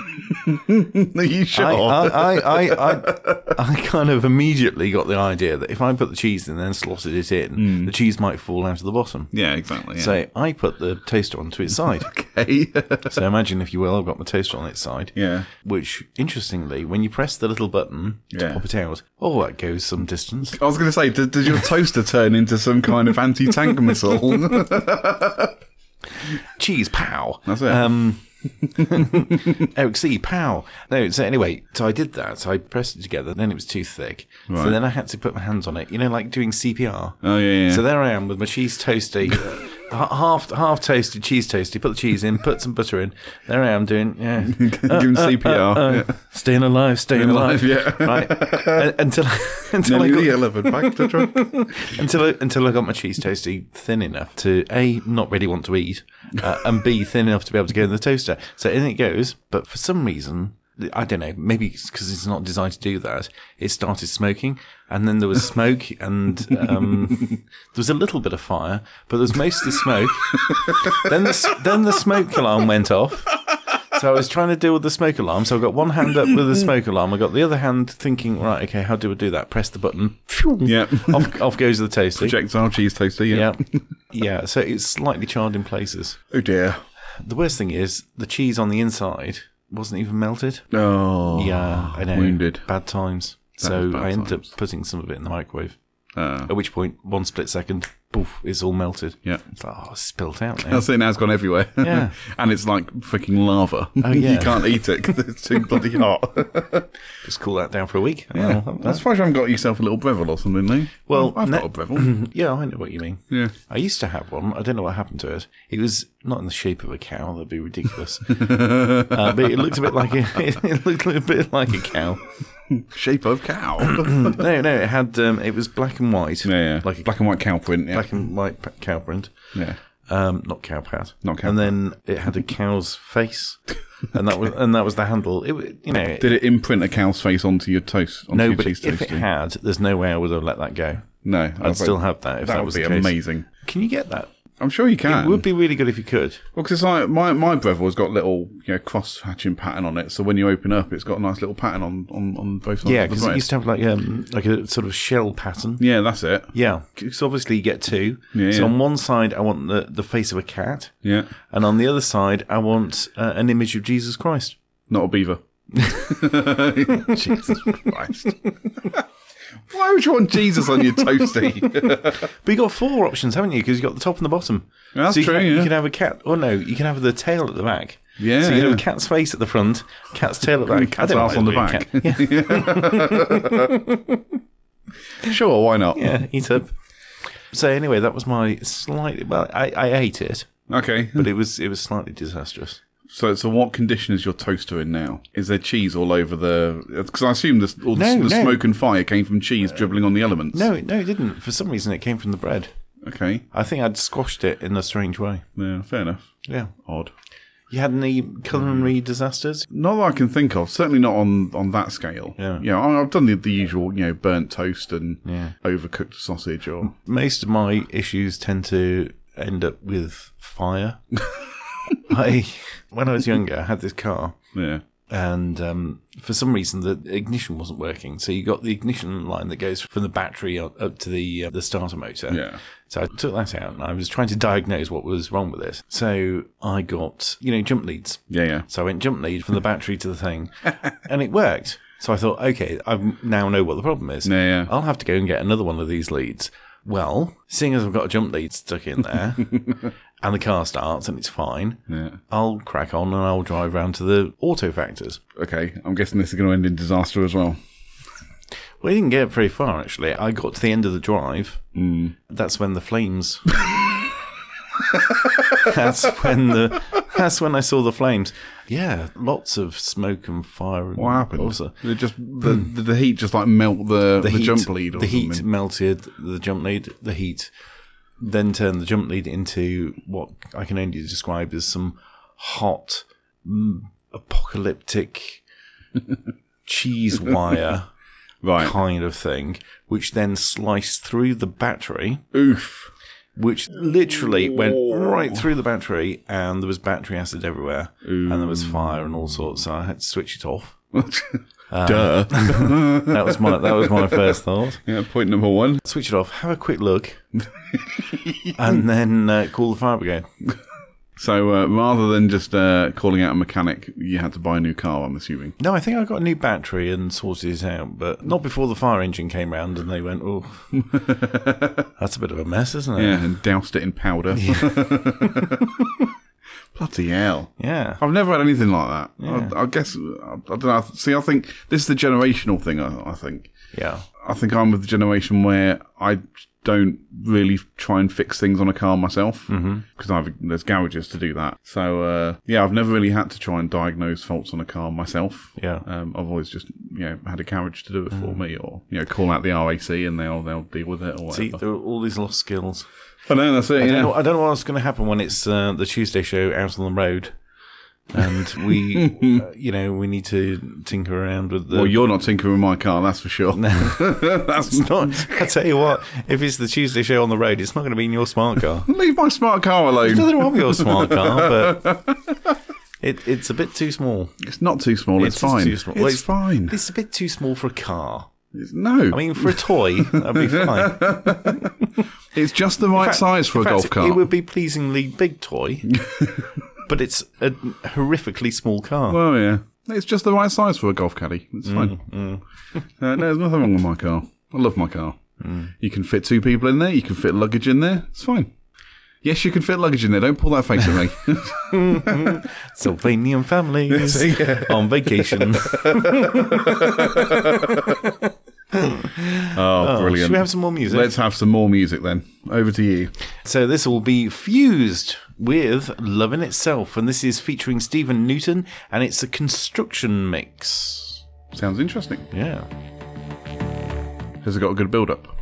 Speaker 2: Are you sure?
Speaker 1: I, I, I, I, I, I kind of immediately got the idea that if I put the cheese in and then slotted it in, the cheese might fall out of the bottom.
Speaker 2: yeah, exactly. Hmm. Yeah.
Speaker 1: So I put the toaster onto its side.
Speaker 2: okay.
Speaker 1: so imagine, if you will, I've got my toaster on its side.
Speaker 2: yeah.
Speaker 1: Which, interestingly, when you press the little button to
Speaker 2: Yeah.
Speaker 1: pop it out, oh, that goes some distance.
Speaker 2: I was going to say, did, did your toaster turn into some kind of anti-tank missile?
Speaker 1: cheese pow.
Speaker 2: That's it.
Speaker 1: Um, Eric C. Oh, Pow. No, so anyway, so I did that. So I pressed it together. Then it was too thick. So
Speaker 2: Right.
Speaker 1: then I had to put my hands on it. You know, like doing CPR.
Speaker 2: Oh, yeah, yeah.
Speaker 1: So there I am with my cheese toasty h- half half toasted, cheese toasted. Put the cheese in, put some butter in. There I am doing, yeah.
Speaker 2: Giving
Speaker 1: uh,
Speaker 2: CPR. yeah.
Speaker 1: Staying alive, staying, alive.
Speaker 2: alive, yeah.
Speaker 1: Right. Un- until until I
Speaker 2: Nearly
Speaker 1: got,
Speaker 2: the elephant, back to drunk.
Speaker 1: until I, until I got my cheese toasty thin enough to a not really want to eat, uh, and b thin enough to be able to go in the toaster. So in it goes. But for some reason, I don't know. Maybe because it's not designed to do that. It started smoking, and then there was smoke, and um, there was a little bit of fire, but there was mostly smoke. then the s- then the smoke alarm went off. So I was trying to deal with the smoke alarm. So I got one hand up with the smoke alarm. I got the other hand thinking, right, okay, how do I do that? Press the button. Phew.
Speaker 2: Yeah.
Speaker 1: off, off goes the toasty.
Speaker 2: Projectile cheese toaster, yeah.
Speaker 1: Yeah. Yeah. So it's slightly charred in places.
Speaker 2: Oh dear.
Speaker 1: The worst thing is the cheese on the inside wasn't even melted.
Speaker 2: Oh.
Speaker 1: yeah, I know.
Speaker 2: wounded.
Speaker 1: Bad times. so
Speaker 2: was bad
Speaker 1: I ended
Speaker 2: times.
Speaker 1: up putting some of it in the microwave.
Speaker 2: Ah.
Speaker 1: At which point, one split second, poof, it's all melted.
Speaker 2: Yeah.
Speaker 1: It's like, oh, it's spilt out now.
Speaker 2: That thing has gone everywhere.
Speaker 1: Yeah.
Speaker 2: and it's like freaking lava. Oh, you
Speaker 1: yeah. Oh,
Speaker 2: can't eat it because it's too bloody hot.
Speaker 1: Just cool that down for a week.
Speaker 2: yeah.
Speaker 1: Oh,
Speaker 2: That's why you haven't got yourself a little Breville or something, Lee.
Speaker 1: Well,
Speaker 2: I've
Speaker 1: ne-
Speaker 2: got a Breville.
Speaker 1: Yeah, I know what you mean.
Speaker 2: Yeah.
Speaker 1: I used to have one. I don't know what happened to it. It was not in the shape of a cow. That'd be ridiculous. uh, but it looked a bit like a, it looked a bit like a cow.
Speaker 2: Shape of cow.
Speaker 1: No, no, it had. Um, it was black and white.
Speaker 2: yeah, yeah.
Speaker 1: like a black,
Speaker 2: black and white cow print. Yeah.
Speaker 1: and white pa- cow print.
Speaker 2: yeah.
Speaker 1: Um, not cow pad.
Speaker 2: Not cow
Speaker 1: And then it had a cow's face, and that was and that was the handle. It wa- you know.
Speaker 2: Did it imprint a cow's face onto your toast? Onto
Speaker 1: no,
Speaker 2: your
Speaker 1: but
Speaker 2: cheese
Speaker 1: if it
Speaker 2: toaster?
Speaker 1: had, there's no way I would have let that go.
Speaker 2: no, bet-
Speaker 1: still have that if that
Speaker 2: would
Speaker 1: was
Speaker 2: be
Speaker 1: the case.
Speaker 2: amazing.
Speaker 1: Can you get that?
Speaker 2: I'm sure you can.
Speaker 1: It would be really good if you could.
Speaker 2: Well, because like my my Breville's got little you know, cross hatching pattern on it, so when you open up, it's got a nice little pattern on on, on both sides.
Speaker 1: Yeah,
Speaker 2: of the
Speaker 1: because it
Speaker 2: bread.
Speaker 1: used to have like um like a sort of shell pattern.
Speaker 2: yeah, that's it.
Speaker 1: Yeah, because obviously you get two.
Speaker 2: Yeah,
Speaker 1: so
Speaker 2: yeah.
Speaker 1: on one side I want the the face of a cat,
Speaker 2: Yeah,
Speaker 1: and on the other side I want uh, an image of Jesus Christ.
Speaker 2: not a beaver. Jesus Christ! Why would you want Jesus on your toasty?
Speaker 1: But you got four options, haven't you? Because you got the top and the bottom.
Speaker 2: Yeah, that's
Speaker 1: so you
Speaker 2: true,
Speaker 1: Can,
Speaker 2: yeah.
Speaker 1: You can have a cat. Oh no, you can have the tail at the back.
Speaker 2: Yeah,
Speaker 1: So you can
Speaker 2: yeah.
Speaker 1: have a cat's face at the front, cat's tail at the back,
Speaker 2: cat's
Speaker 1: I don't
Speaker 2: arse
Speaker 1: like
Speaker 2: on the
Speaker 1: being a
Speaker 2: back.
Speaker 1: cat. Yeah,
Speaker 2: sure, why not?
Speaker 1: yeah, eat up. So anyway, that was my slightly. Well, I, I ate it,
Speaker 2: Okay.
Speaker 1: but it was it was slightly disastrous.
Speaker 2: So, so what condition is your toaster in now? Is there cheese all over the? Because I assume this, all the,
Speaker 1: No,
Speaker 2: the
Speaker 1: no.
Speaker 2: smoke and fire came from cheese dribbling on the elements.
Speaker 1: No, no, it didn't. For some reason, it came from the bread.
Speaker 2: Okay.
Speaker 1: I think I'd squashed it in a strange way.
Speaker 2: Yeah, fair enough.
Speaker 1: Yeah.
Speaker 2: Odd.
Speaker 1: You had any culinary disasters?
Speaker 2: Not that I can think of. Certainly not on, on that scale.
Speaker 1: Yeah.
Speaker 2: You know, I- I've done the, the usual, you know, burnt toast and overcooked sausage or.
Speaker 1: Most of my issues tend to end up with fire. I, when I was younger, I had this car,
Speaker 2: Yeah.
Speaker 1: and um, for some reason, the ignition wasn't working. So you got the ignition line that goes from the battery up up to the uh, the starter motor.
Speaker 2: Yeah.
Speaker 1: So I took that out, and I was trying to diagnose what was wrong with it. So I got you know jump leads.
Speaker 2: Yeah, yeah.
Speaker 1: So I went jump lead from the battery to the thing, and it worked. So I thought, okay, I now know what the problem is.
Speaker 2: Yeah, yeah.
Speaker 1: I'll have to go and get another one of these leads. Well, seeing as I've got a jump lead stuck in there, and the car starts and it's fine,
Speaker 2: Yeah.
Speaker 1: I'll crack on and I'll drive round to the auto factors.
Speaker 2: Okay. I'm guessing this is going to end in disaster as well.
Speaker 1: We didn't get very far actually. I got to the end of the drive.
Speaker 2: Mm.
Speaker 1: That's when the flames. that's when the. That's when I saw the flames. Yeah, lots of smoke and fire. And
Speaker 2: What happened?
Speaker 1: Also,
Speaker 2: It just the, the the heat just like melt the the,
Speaker 1: heat-
Speaker 2: jump lead or
Speaker 1: Hmm. the
Speaker 2: something.
Speaker 1: heat melted the jump lead. The heat then turned the jump lead into what I can only describe as some hot, mm, apocalyptic cheese wire
Speaker 2: Right.
Speaker 1: kind of thing, which then sliced through the battery,
Speaker 2: Oof.
Speaker 1: which literally went right through the battery, and there was battery acid everywhere, and there was fire and all sorts. So I had to switch it off.
Speaker 2: Duh.
Speaker 1: uh, That was my that was my first thought.
Speaker 2: yeah, point number one.
Speaker 1: switch it off, have a quick look, and then uh, call the fire brigade.
Speaker 2: So uh, rather than just uh, calling out a mechanic, you had to buy a new car. I'm assuming.
Speaker 1: No, I think I got a new battery and sorted it out, but not before the fire engine came round and they went, oh, that's a bit of a mess, isn't it?
Speaker 2: Yeah, and doused it in powder. Bloody hell.
Speaker 1: Yeah.
Speaker 2: I've never had anything like that. I, I guess, I, I don't know. See, I think this is the generational thing, I, I think.
Speaker 1: Yeah.
Speaker 2: I think I'm with the generation where I don't really try and fix things on a car myself
Speaker 1: Mm-hmm.
Speaker 2: because I've there's garages to do that. So uh, yeah, I've never really had to try and diagnose faults on a car myself.
Speaker 1: Yeah. Mm.
Speaker 2: um, I've always just you know had a garage to do it for me, or you know call out the RAC and they'll they'll deal with it or
Speaker 1: See,
Speaker 2: whatever.
Speaker 1: there are all these lost skills.
Speaker 2: I know that's it.
Speaker 1: I don't,
Speaker 2: Yeah.
Speaker 1: know, I don't know what's going to happen when it's uh, the Tuesday show out on the road, and we, uh, you know, we need to tinker around with the.
Speaker 2: Well, you're not tinkering with my car, that's for sure. that's
Speaker 1: it's not. I tell you what, if it's the Tuesday show on the road, it's not going to be in your smart car.
Speaker 2: leave my smart car
Speaker 1: There's
Speaker 2: alone.
Speaker 1: nothing wrong with your smart car, but it, it's a bit too small.
Speaker 2: It's not too small. It's,
Speaker 1: just
Speaker 2: fine.
Speaker 1: Too small.
Speaker 2: It's,
Speaker 1: Well,
Speaker 2: fine.
Speaker 1: It's a bit too small for a car.
Speaker 2: It's- no,
Speaker 1: I mean, for a toy, that'd be fine.
Speaker 2: it's just the right
Speaker 1: fact-
Speaker 2: size for
Speaker 1: in
Speaker 2: a
Speaker 1: fact,
Speaker 2: golf cart.
Speaker 1: It would be pleasingly big toy, but it's a horrifically small car.
Speaker 2: Well, yeah, it's just the right size for a golf caddy. It's fine. Uh, no, there's nothing wrong with my car. I love my car. You can fit two people in there. You can fit luggage in there. It's fine. Yes, you can fit luggage in there. Don't pull that face at me.
Speaker 1: Sylvanian families on vacation.
Speaker 2: oh, brilliant.
Speaker 1: Should we have some more music?
Speaker 2: Let's have some more music then. Over to you.
Speaker 1: So this will be fused with Love in Itself, and this is featuring Stephen Newton, and it's a construction mix.
Speaker 2: Sounds interesting.
Speaker 1: Yeah.
Speaker 2: Has it got a good build up?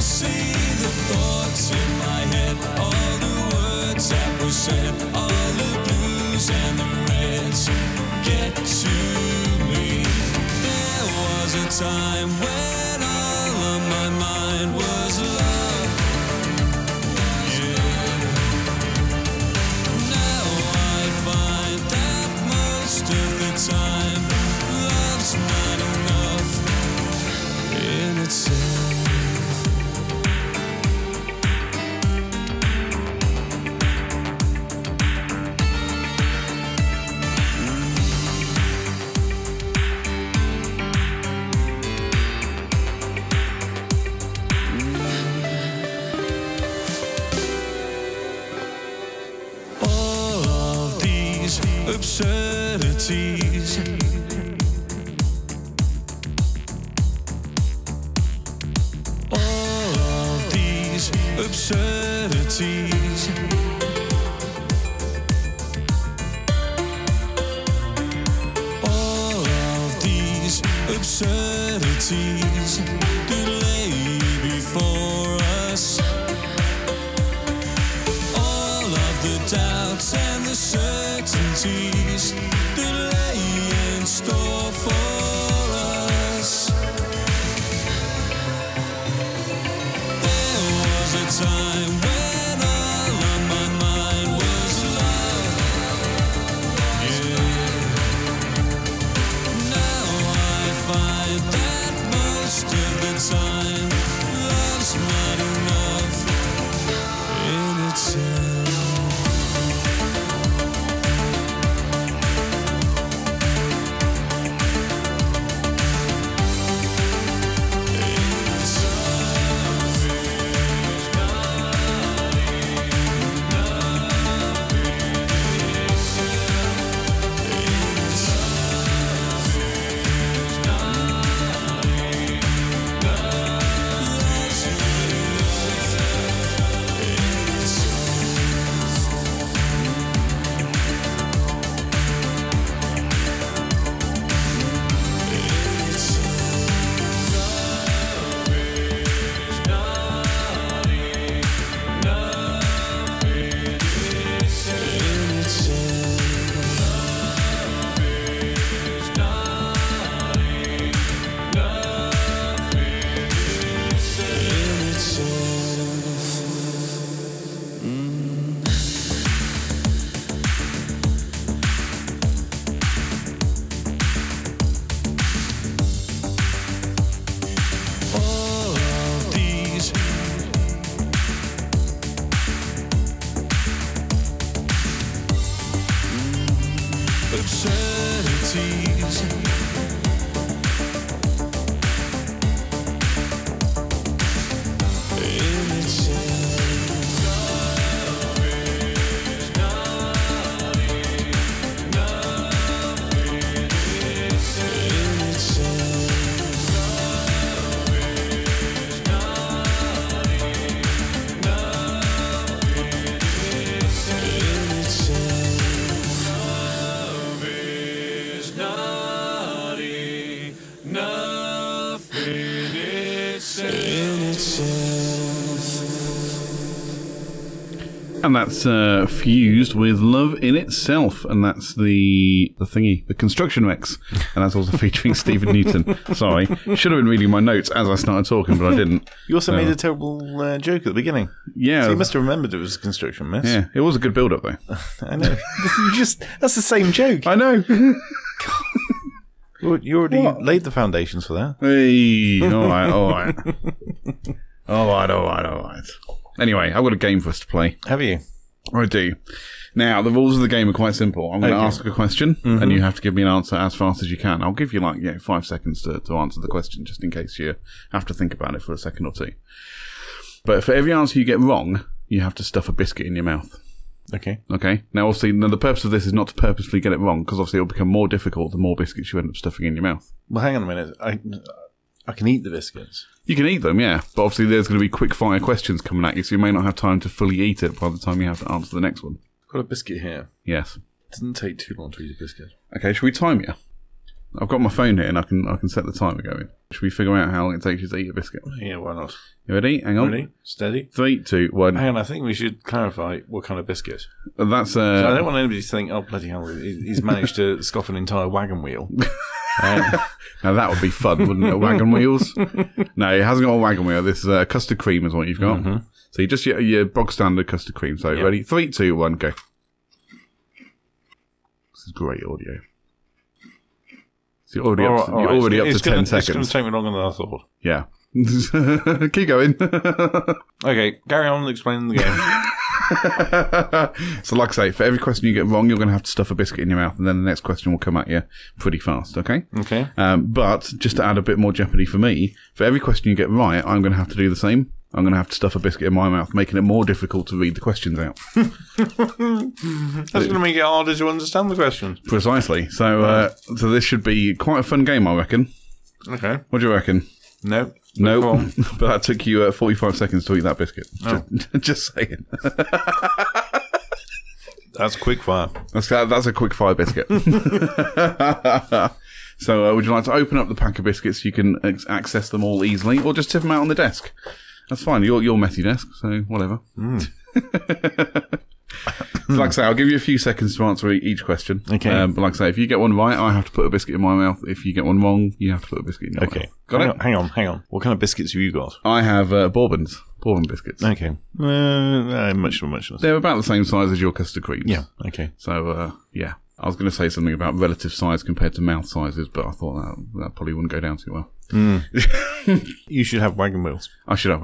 Speaker 3: See the thoughts a time when all of my mind was love. Yeah. Now I find that most of the time love's not enough in itself. all of these absurdities. All of these absurdities. All of these absurdities that lay before us all of the doubts and the certainties that lay in store for us. There was a time when all of my mind was love. Yeah. Now I find that most of the time love's not enough in itself. All of these absurdities. In itself. In itself.
Speaker 2: And that's uh, fused with love in itself, and that's the the thingy, the construction mix, and that's also featuring Stephen Newton. Sorry, should have been reading my notes as I started talking, but I didn't.
Speaker 1: You also made
Speaker 2: No.
Speaker 1: a terrible uh, joke at the beginning.
Speaker 2: Yeah.
Speaker 1: So you must have remembered it was a construction mess.
Speaker 2: Oh. Yeah, it was a good build up though.
Speaker 1: I know. you just that's the same joke.
Speaker 2: I know.
Speaker 1: You you already
Speaker 2: What?
Speaker 1: laid the foundations for that.
Speaker 2: Hey, all right, all right, all right, all right, all right. Anyway, I've got a game for us to play.
Speaker 1: Have you?
Speaker 2: I do. Now, the rules of the game are quite simple. I'm going to
Speaker 1: Okay.
Speaker 2: ask a question, and you have to give me an answer as fast as you can. I'll give you like you know, five seconds to, to answer the question, just in case you have to think about it for a second or two. But for every answer you get wrong, you have to stuff a biscuit in your mouth.
Speaker 1: Okay.
Speaker 2: Okay. Now, obviously, now the purpose of this is not to purposefully get it wrong, because obviously it'll become more difficult the more biscuits you end up stuffing in your mouth.
Speaker 1: Well, hang on a minute. I I can eat the biscuits.
Speaker 2: You can eat them, yeah, but obviously there's going to be quick fire questions coming at you, so you may not have time to fully eat it by the time you have to answer the next one.
Speaker 1: Got a biscuit here.
Speaker 2: Yes.
Speaker 1: Doesn't take too long to eat a biscuit.
Speaker 2: Okay, shall we time you? I've got my phone here and I can I can set the timer going. Should we figure out how long it takes you to eat a biscuit?
Speaker 1: Yeah, why not?
Speaker 2: You ready? Hang on.
Speaker 1: Ready? Steady.
Speaker 2: Three, two, one.
Speaker 1: Hang on, I think we should clarify what kind of biscuit.
Speaker 2: That's
Speaker 1: I
Speaker 2: uh
Speaker 1: don't want anybody to think, oh, bloody hell, he- he's managed to scoff an entire wagon wheel.
Speaker 2: Now that would be fun, wouldn't it? Wagon wheels? No, it hasn't got a wagon wheel. This is uh, custard cream is what you've got.
Speaker 1: Mm-hmm.
Speaker 2: So you just your, your bog standard custard cream. So ready? Three, two, one, go. This is great audio. So you're already up to,
Speaker 1: All
Speaker 2: you're
Speaker 1: right,
Speaker 2: already
Speaker 1: it's
Speaker 2: up to
Speaker 1: gonna-
Speaker 2: ten
Speaker 1: It's going
Speaker 2: seconds.
Speaker 1: to take me longer than I thought.
Speaker 2: yeah. Keep going.
Speaker 1: Okay, carry on explaining the game.
Speaker 2: so, like I say, for every question you get wrong, you're going to have to stuff a biscuit in your mouth, and then the next question will come at you pretty fast. Okay.
Speaker 1: okay.
Speaker 2: Um, but just to add a bit more jeopardy for me, for every question you get right, I'm going to have to do the same. I'm going to have to stuff a biscuit in my mouth, making it more difficult to read the questions out.
Speaker 1: That's going to make it harder to understand the question.
Speaker 2: Precisely. So, uh, so this should be quite a fun game, I reckon.
Speaker 1: Okay.
Speaker 2: What do you reckon?
Speaker 1: No.
Speaker 2: No,
Speaker 1: Go on. Oh.
Speaker 2: but that took you uh, 45 seconds to eat that biscuit. Just, just saying.
Speaker 1: That's quick fire.
Speaker 2: That's uh, that's a quick fire biscuit. so, uh, would you like to open up the pack of biscuits? You can ex- access them all easily, or just tip them out on the desk. That's fine. Your your messy desk, so whatever.
Speaker 1: Hmm.
Speaker 2: So like I say, I'll give you a few seconds to answer e- each question.
Speaker 1: Okay.
Speaker 2: Um, but like I say, if you get one right, I have to put a biscuit in my mouth. If you get one wrong, you have to put a biscuit in your
Speaker 1: Okay.
Speaker 2: mouth. Got
Speaker 1: hang
Speaker 2: it?
Speaker 1: On, hang on, hang on. What kind of biscuits have you got?
Speaker 2: I have uh, bourbons, bourbon biscuits.
Speaker 1: Okay. Uh, uh, much, much.
Speaker 2: They're about the same size as your custard creams.
Speaker 1: Yeah. Okay.
Speaker 2: So uh, yeah, I was going to say something about relative size compared to mouth sizes, but I thought that, that probably wouldn't go down too well.
Speaker 1: You should have wagon wheels.
Speaker 2: I should have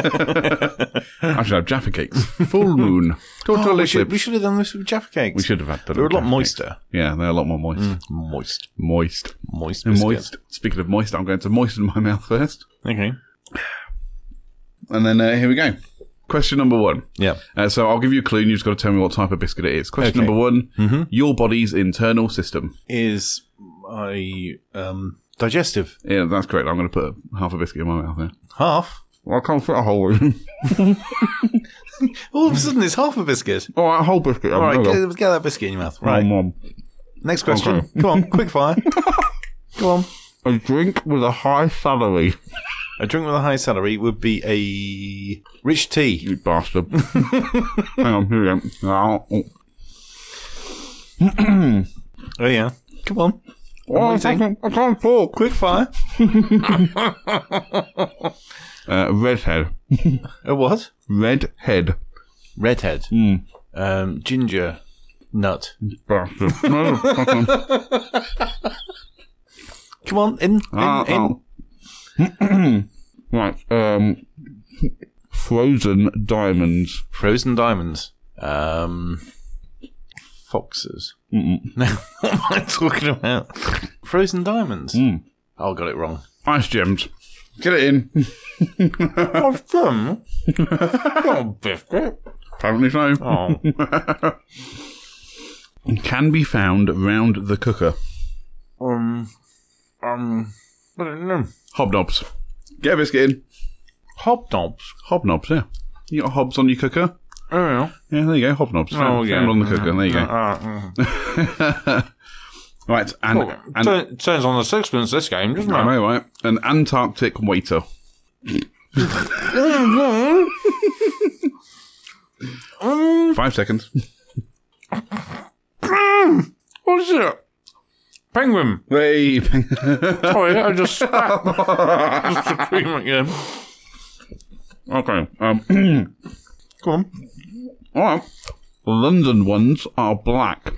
Speaker 2: I should have jaffa cakes. Full moon. Total
Speaker 1: Oh, we,
Speaker 2: eclipse.
Speaker 1: should, we should have done this with Jaffa cakes.
Speaker 2: We should have had.
Speaker 1: They're a lot
Speaker 2: jaffa
Speaker 1: moister. Mm.
Speaker 2: Cakes. Yeah, they're a lot more moist.
Speaker 1: Moist.
Speaker 2: Moist.
Speaker 1: Moist.
Speaker 2: They're
Speaker 1: Biscuit.
Speaker 2: Moist. Speaking of moist, I'm going to moisten my mouth first,
Speaker 1: Okay.
Speaker 2: and then uh, here we go. Question number one.
Speaker 1: Yeah.
Speaker 2: Uh, so I'll give you a clue, and you've just got to tell me what type of biscuit it is. Question
Speaker 1: Okay. Mm-hmm.
Speaker 2: number one: Your body's internal system.
Speaker 1: Is my um, digestive
Speaker 2: Yeah, that's correct. I'm going to put half a biscuit in my mouth there.
Speaker 1: half?
Speaker 2: Well, I can't fit a whole one.
Speaker 1: All of a sudden, it's half a biscuit.
Speaker 2: All right, a whole biscuit.
Speaker 1: All right, get, get that biscuit in your mouth. Right. Next question.
Speaker 2: Okay.
Speaker 1: Come on, quick fire. Come on.
Speaker 2: A drink with a high salary.
Speaker 1: A drink with a high salary would be a rich tea.
Speaker 2: You bastard. Hang on, here we go. Ow.
Speaker 1: Oh yeah. Come on.
Speaker 2: Oh, I,
Speaker 1: do you
Speaker 2: can't, I can't talk.
Speaker 1: Quick fire.
Speaker 2: Uh, redhead.
Speaker 1: A what?
Speaker 2: Redhead.
Speaker 1: Redhead. Um, ginger. Nut.
Speaker 2: Bastard. Motherfucker.
Speaker 1: Come on, in, in,
Speaker 2: Ow,
Speaker 1: in.
Speaker 2: ow. Ah, oh. right, um, frozen diamonds.
Speaker 1: Frozen diamonds. Um, foxes. No, what am I talking about? Frozen diamonds. Oh, got it wrong.
Speaker 2: Ice gems. Get it in.
Speaker 1: I've done. Got biscuit.
Speaker 2: Apparently so.
Speaker 1: Oh,
Speaker 2: Can be found round the cooker.
Speaker 1: um, um, I don't know.
Speaker 2: Hobnobs. Get a biscuit in.
Speaker 1: Hobnobs.
Speaker 2: Hobnobs, yeah. You got hobs on your cooker?
Speaker 1: I don't know.
Speaker 2: Yeah, there you go. Hobnobs.
Speaker 1: Oh,
Speaker 2: found,
Speaker 1: yeah.
Speaker 2: found on the cooker. There you go.
Speaker 1: Uh, mm.
Speaker 2: Right, and, Oh, and
Speaker 1: Turn- turns on the sixpence this game, doesn't
Speaker 2: I
Speaker 1: it?
Speaker 2: know, right? An Antarctic waiter. Five seconds.
Speaker 1: What is it? Penguin.
Speaker 2: Hey, Oh,
Speaker 1: Sorry, I just spat. just to scream at you.
Speaker 2: okay. Um,
Speaker 1: Come on.
Speaker 2: all right. London ones are black.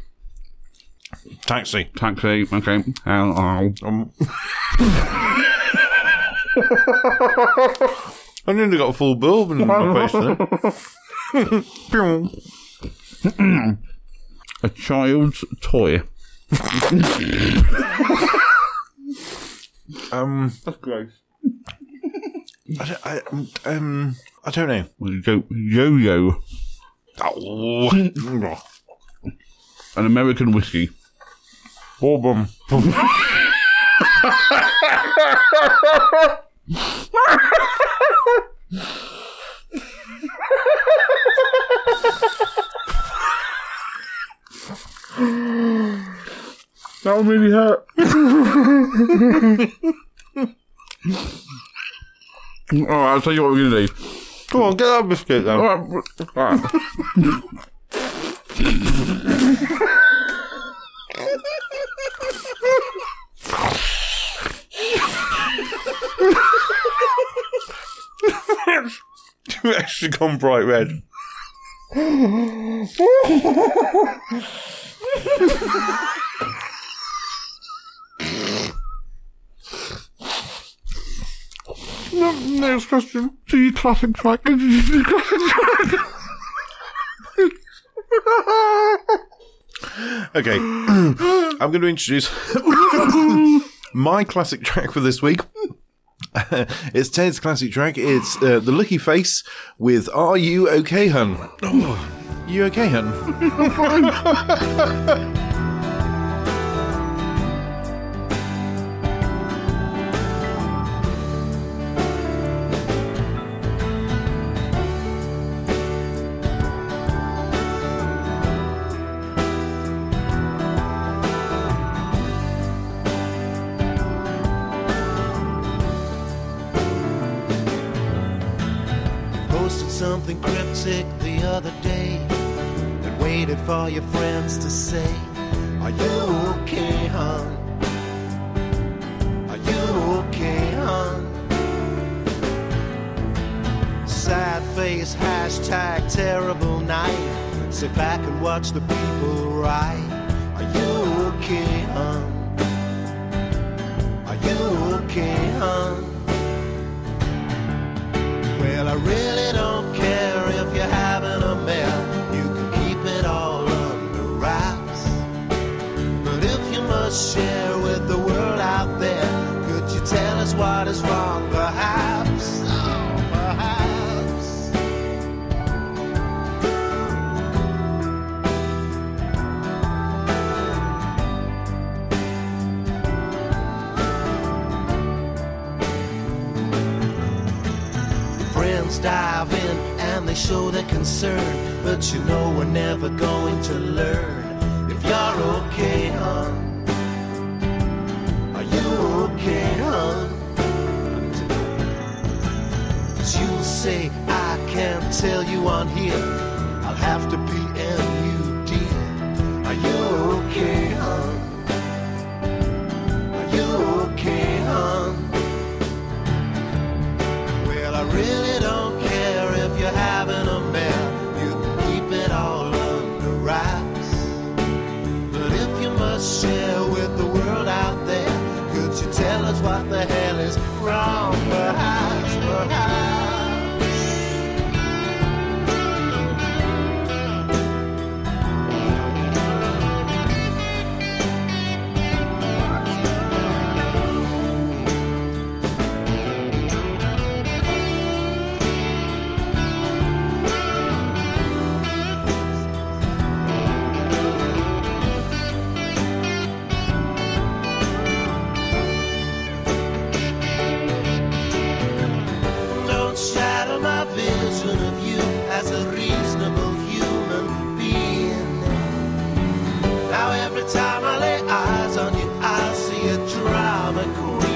Speaker 1: Taxi.
Speaker 2: Taxi. Okay. Hello.
Speaker 1: Um. I nearly got a full bourbon in my face there. Pew.
Speaker 2: A child's toy.
Speaker 1: um, I, don't- I, um, um, I don't know.
Speaker 2: Yo- Yo-yo.
Speaker 1: Oh.
Speaker 2: An American whiskey.
Speaker 1: Bourbon.
Speaker 2: That one really hurt. All right, I'll tell you what we're gonna do.
Speaker 1: Come on, get that biscuit then.
Speaker 2: All right, all right.
Speaker 1: You actually gone bright red.
Speaker 6: Next question. Do you classic track? Do you classic track?
Speaker 1: Okay, I'm going to introduce my classic track for this week. it's Ted's classic track. It's uh, the Lucky Face with "Are You Okay, Hun?" Oh. you okay, hun?
Speaker 7: posted something cryptic the other day and waited for your friends to say, Are you okay, hon? Are you okay, hon? Sad face, hashtag terrible night. Sit back and watch the people ride. Are you okay, hon? Are you okay, hon? Well, I really don't care if you're having a mare. You can keep it all under wraps. But if you must share with the world out there, could you tell us what is wrong? Perhaps, oh, perhaps. Friends dive in and they show their concern, but you know we're never going to learn. If you're okay, hon, are you okay, hon? But you say I can't tell you on here. I'll have to PM you, dear. Are you okay, hon? Are you okay, hon? Well, I really don't care if you're having a mare. You can keep it all under wraps. But if you must share with the world out there, could you tell us what the hell is wrong? Perhaps, perhaps. Don't shatter my vision of you as a reasonable human being. Now every time I lay eyes on you, I see a drama queen.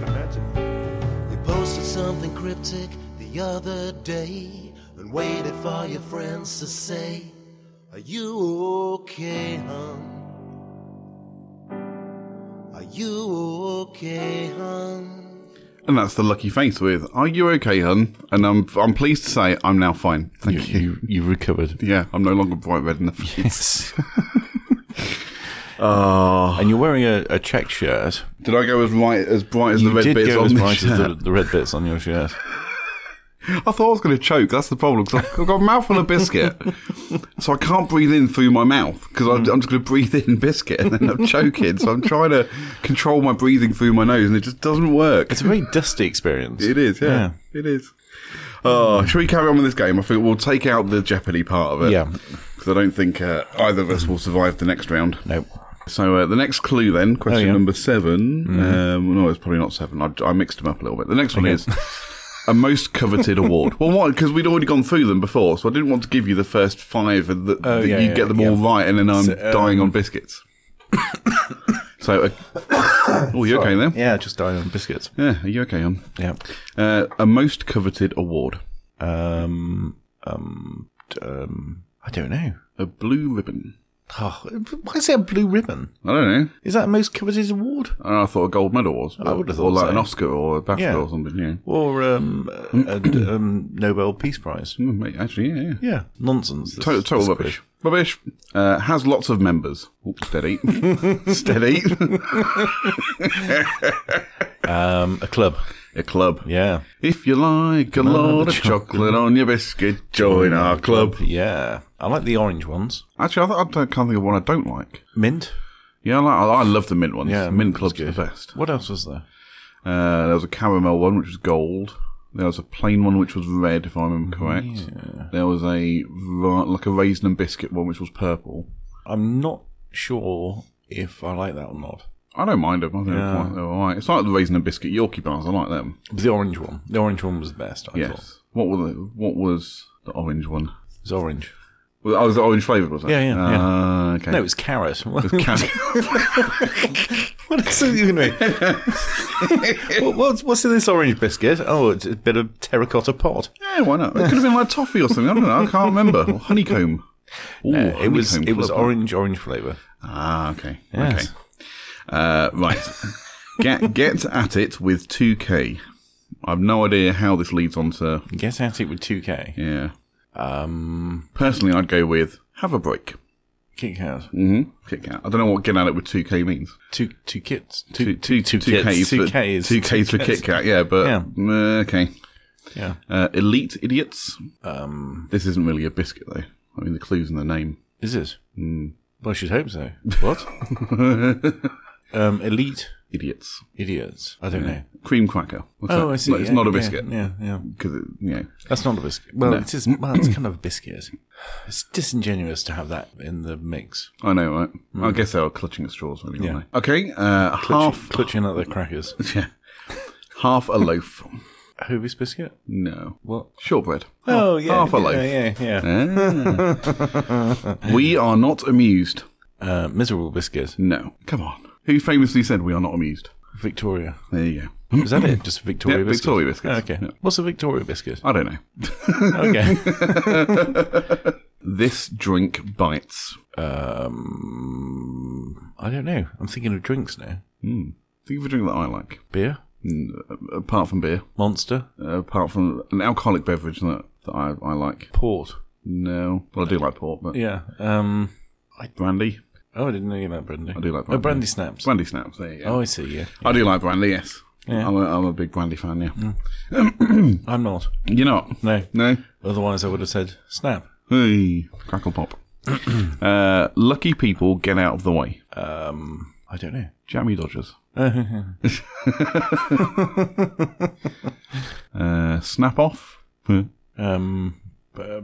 Speaker 7: You posted something cryptic the other day and waited for your friends to say, Are you okay, hon? Are you okay, hon?
Speaker 2: And that's the lucky face with "Are you okay, hun?" And I'm I'm pleased to say I'm now fine. Thank you.
Speaker 1: You, you recovered.
Speaker 2: Yeah, I'm no longer bright red in the face.
Speaker 1: Yes. Oh. And you're wearing a, a check shirt.
Speaker 2: Did I go as bright as bright as
Speaker 1: you
Speaker 2: the red
Speaker 1: did
Speaker 2: bits
Speaker 1: go
Speaker 2: on
Speaker 1: as
Speaker 2: the
Speaker 1: bright
Speaker 2: shirt?
Speaker 1: as the, the red bits on your shirt.
Speaker 2: I thought I was going to choke. That's the problem. 'cause I've got a mouthful of biscuit, so I can't breathe in through my mouth because I'm, I'm just going to breathe in biscuit and end up choking. so I'm trying to control my breathing through my nose, and it just doesn't work.
Speaker 1: It's a very dusty experience.
Speaker 2: It is, yeah. It is. Oh, should we carry on with this game? I think we'll take out the Jeopardy part of it.
Speaker 1: Yeah.
Speaker 2: Because I don't think uh, either of us will survive the next round.
Speaker 1: Nope.
Speaker 2: So uh, the next clue, then, question
Speaker 1: yeah.
Speaker 2: number 7
Speaker 1: Mm-hmm.
Speaker 2: Um, no, it's probably not seven. I, I mixed them up a little bit. The next one is a most coveted award. Well, why? Because we'd already gone through them before, so I didn't want to give you the first five and that
Speaker 1: Oh,
Speaker 2: that
Speaker 1: yeah,
Speaker 2: you
Speaker 1: yeah,
Speaker 2: get them all
Speaker 1: yeah.
Speaker 2: right, and then I'm
Speaker 1: So, um,
Speaker 2: dying on biscuits. so, uh, oh, you okay there?
Speaker 1: Yeah, just dying on biscuits.
Speaker 2: Yeah, are you okay, hon?
Speaker 1: Yeah.
Speaker 2: Uh, a most coveted award,
Speaker 1: Um, um, t- um, I don't know.
Speaker 2: a blue ribbon.
Speaker 1: Oh, why is it a blue ribbon?
Speaker 2: I don't know.
Speaker 1: Is that the most coveted award?
Speaker 2: I thought a gold medal was.
Speaker 1: I would've
Speaker 2: Or
Speaker 1: thought
Speaker 2: like
Speaker 1: so.
Speaker 2: an Oscar or a BAFTA
Speaker 1: Yeah.
Speaker 2: or something. Yeah.
Speaker 1: Or um, a, a- um, Nobel Peace Prize?
Speaker 2: Mm, mate, actually, yeah, yeah.
Speaker 1: Yeah, nonsense. This,
Speaker 2: Total, total
Speaker 1: this
Speaker 2: rubbish. Rubbish. Uh, has lots of members. Ooh, steady. steady.
Speaker 1: quiz. Um, a club.
Speaker 2: a club.
Speaker 1: Yeah.
Speaker 2: If you like a lot of chocolate on your biscuit, join our club.
Speaker 1: Yeah. I like the orange ones.
Speaker 2: Actually, I, th- I don't- can't think of one I don't like.
Speaker 1: Mint.
Speaker 2: Yeah, I, like, I, I love the mint ones.
Speaker 1: Yeah,
Speaker 2: Yeah,
Speaker 1: mint
Speaker 2: mint clubs are the best.
Speaker 1: What else was there?
Speaker 2: Uh, there was a caramel one, which was gold. There was a plain one, which was red, if I remember correct. There was a ra- like a raisin and biscuit one, which was purple.
Speaker 1: I'm not sure if I like that or not.
Speaker 2: I don't mind them. I think they're quite- they're all right. It's like the raisin and biscuit Yorkie bars. I like them.
Speaker 1: But the orange one. The orange one was the best. I thought.
Speaker 2: Yes. What were the, what was the orange one?
Speaker 1: It was orange.
Speaker 2: Was, oh, was it orange flavoured, was it?
Speaker 1: Yeah, yeah,
Speaker 2: Uh, Okay.
Speaker 1: No, it was carrot. What
Speaker 2: Can-
Speaker 1: is it you going to be? What- what's, what's in this orange biscuit? Oh, it's a bit of terracotta pot.
Speaker 2: yeah, why not? It could have been like toffee or something. I don't know. I can't remember. Or honeycomb. Ooh,
Speaker 1: Uh, it was
Speaker 2: honeycomb
Speaker 1: it was
Speaker 2: club.
Speaker 1: orange orange flavour.
Speaker 2: Ah, okay.
Speaker 1: Yes.
Speaker 2: Okay. Uh, right. get get at it with two K. I've no idea how this leads on to
Speaker 1: Get at it with two K.
Speaker 2: yeah.
Speaker 1: Um,
Speaker 2: Personally, I'd go with have a break.
Speaker 1: Kit Kat.
Speaker 2: Mm-hmm. Kit Kat. I don't know what get at it with two K means.
Speaker 1: Two two kits.
Speaker 2: two, two, two,
Speaker 1: two
Speaker 2: Ks,
Speaker 1: Ks. Two
Speaker 2: for,
Speaker 1: Ks.
Speaker 2: two Ks for Kit Kat. Yeah, but
Speaker 1: Yeah.
Speaker 2: uh, okay.
Speaker 1: Yeah.
Speaker 2: Uh, elite idiots.
Speaker 1: Um,
Speaker 2: This isn't really a biscuit though. I mean, the clues in the name.
Speaker 1: is it? Well, I should hope so. Mm. What? um, elite
Speaker 2: Idiots.
Speaker 1: idiots. I don't know.
Speaker 2: Cream cracker. What's that? No, it's
Speaker 1: yeah,
Speaker 2: not a
Speaker 1: Oh, yeah,
Speaker 2: biscuit
Speaker 1: Yeah, yeah.
Speaker 2: because it you know.
Speaker 1: That's not a biscuit. Well, it is. Well, it's kind of a biscuit. It's disingenuous to have that in the mix.
Speaker 2: I know, right? I guess they were clutching at straws, really,
Speaker 1: Mm. Yeah.
Speaker 2: weren't they? Okay, uh, half
Speaker 1: Clutching at the crackers.
Speaker 2: yeah, half a loaf.
Speaker 1: Hobie's biscuit.
Speaker 2: No,
Speaker 1: What?
Speaker 2: shortbread.
Speaker 1: Oh yeah.
Speaker 2: half a
Speaker 1: yeah,
Speaker 2: loaf.
Speaker 1: Yeah, yeah.
Speaker 2: Ah. we are not amused.
Speaker 1: Uh, miserable biscuit.
Speaker 2: No, come on. Who famously said we are not amused?
Speaker 1: Victoria.
Speaker 2: There you go.
Speaker 1: Is that it? Just Victoria
Speaker 2: Yeah,
Speaker 1: biscuit. Oh,
Speaker 2: Victoria biscuits.
Speaker 1: Okay.
Speaker 2: Yeah.
Speaker 1: What's a Victoria biscuit?
Speaker 2: I don't know.
Speaker 1: Okay.
Speaker 2: This drink bites.
Speaker 1: Um, I don't know. I'm thinking of drinks now.
Speaker 2: Think of a drink that I like.
Speaker 1: Beer,
Speaker 2: Mm, Apart from beer,
Speaker 1: Monster,
Speaker 2: uh, apart from an alcoholic beverage that, that I, I like.
Speaker 1: Port.
Speaker 2: No. Well, I do like port, but
Speaker 1: Yeah. Um.
Speaker 2: brandy.
Speaker 1: Oh, I didn't know you meant brandy.
Speaker 2: I do like
Speaker 1: Oh,
Speaker 2: brandy.
Speaker 1: brandy snaps.
Speaker 2: Brandy snaps, there you go.
Speaker 1: Oh, I see. Yeah.
Speaker 2: I do like brandy, yes.
Speaker 1: Yeah.
Speaker 2: I'm, a, I'm a big brandy fan, yeah.
Speaker 1: I'm not.
Speaker 2: You're not?
Speaker 1: No.
Speaker 2: No?
Speaker 1: Otherwise, I would have said snap.
Speaker 2: Hey, crackle pop. uh, lucky people get out of the way.
Speaker 1: Um. I don't know.
Speaker 2: Jammy Dodgers. uh, snap off.
Speaker 1: Um. Uh,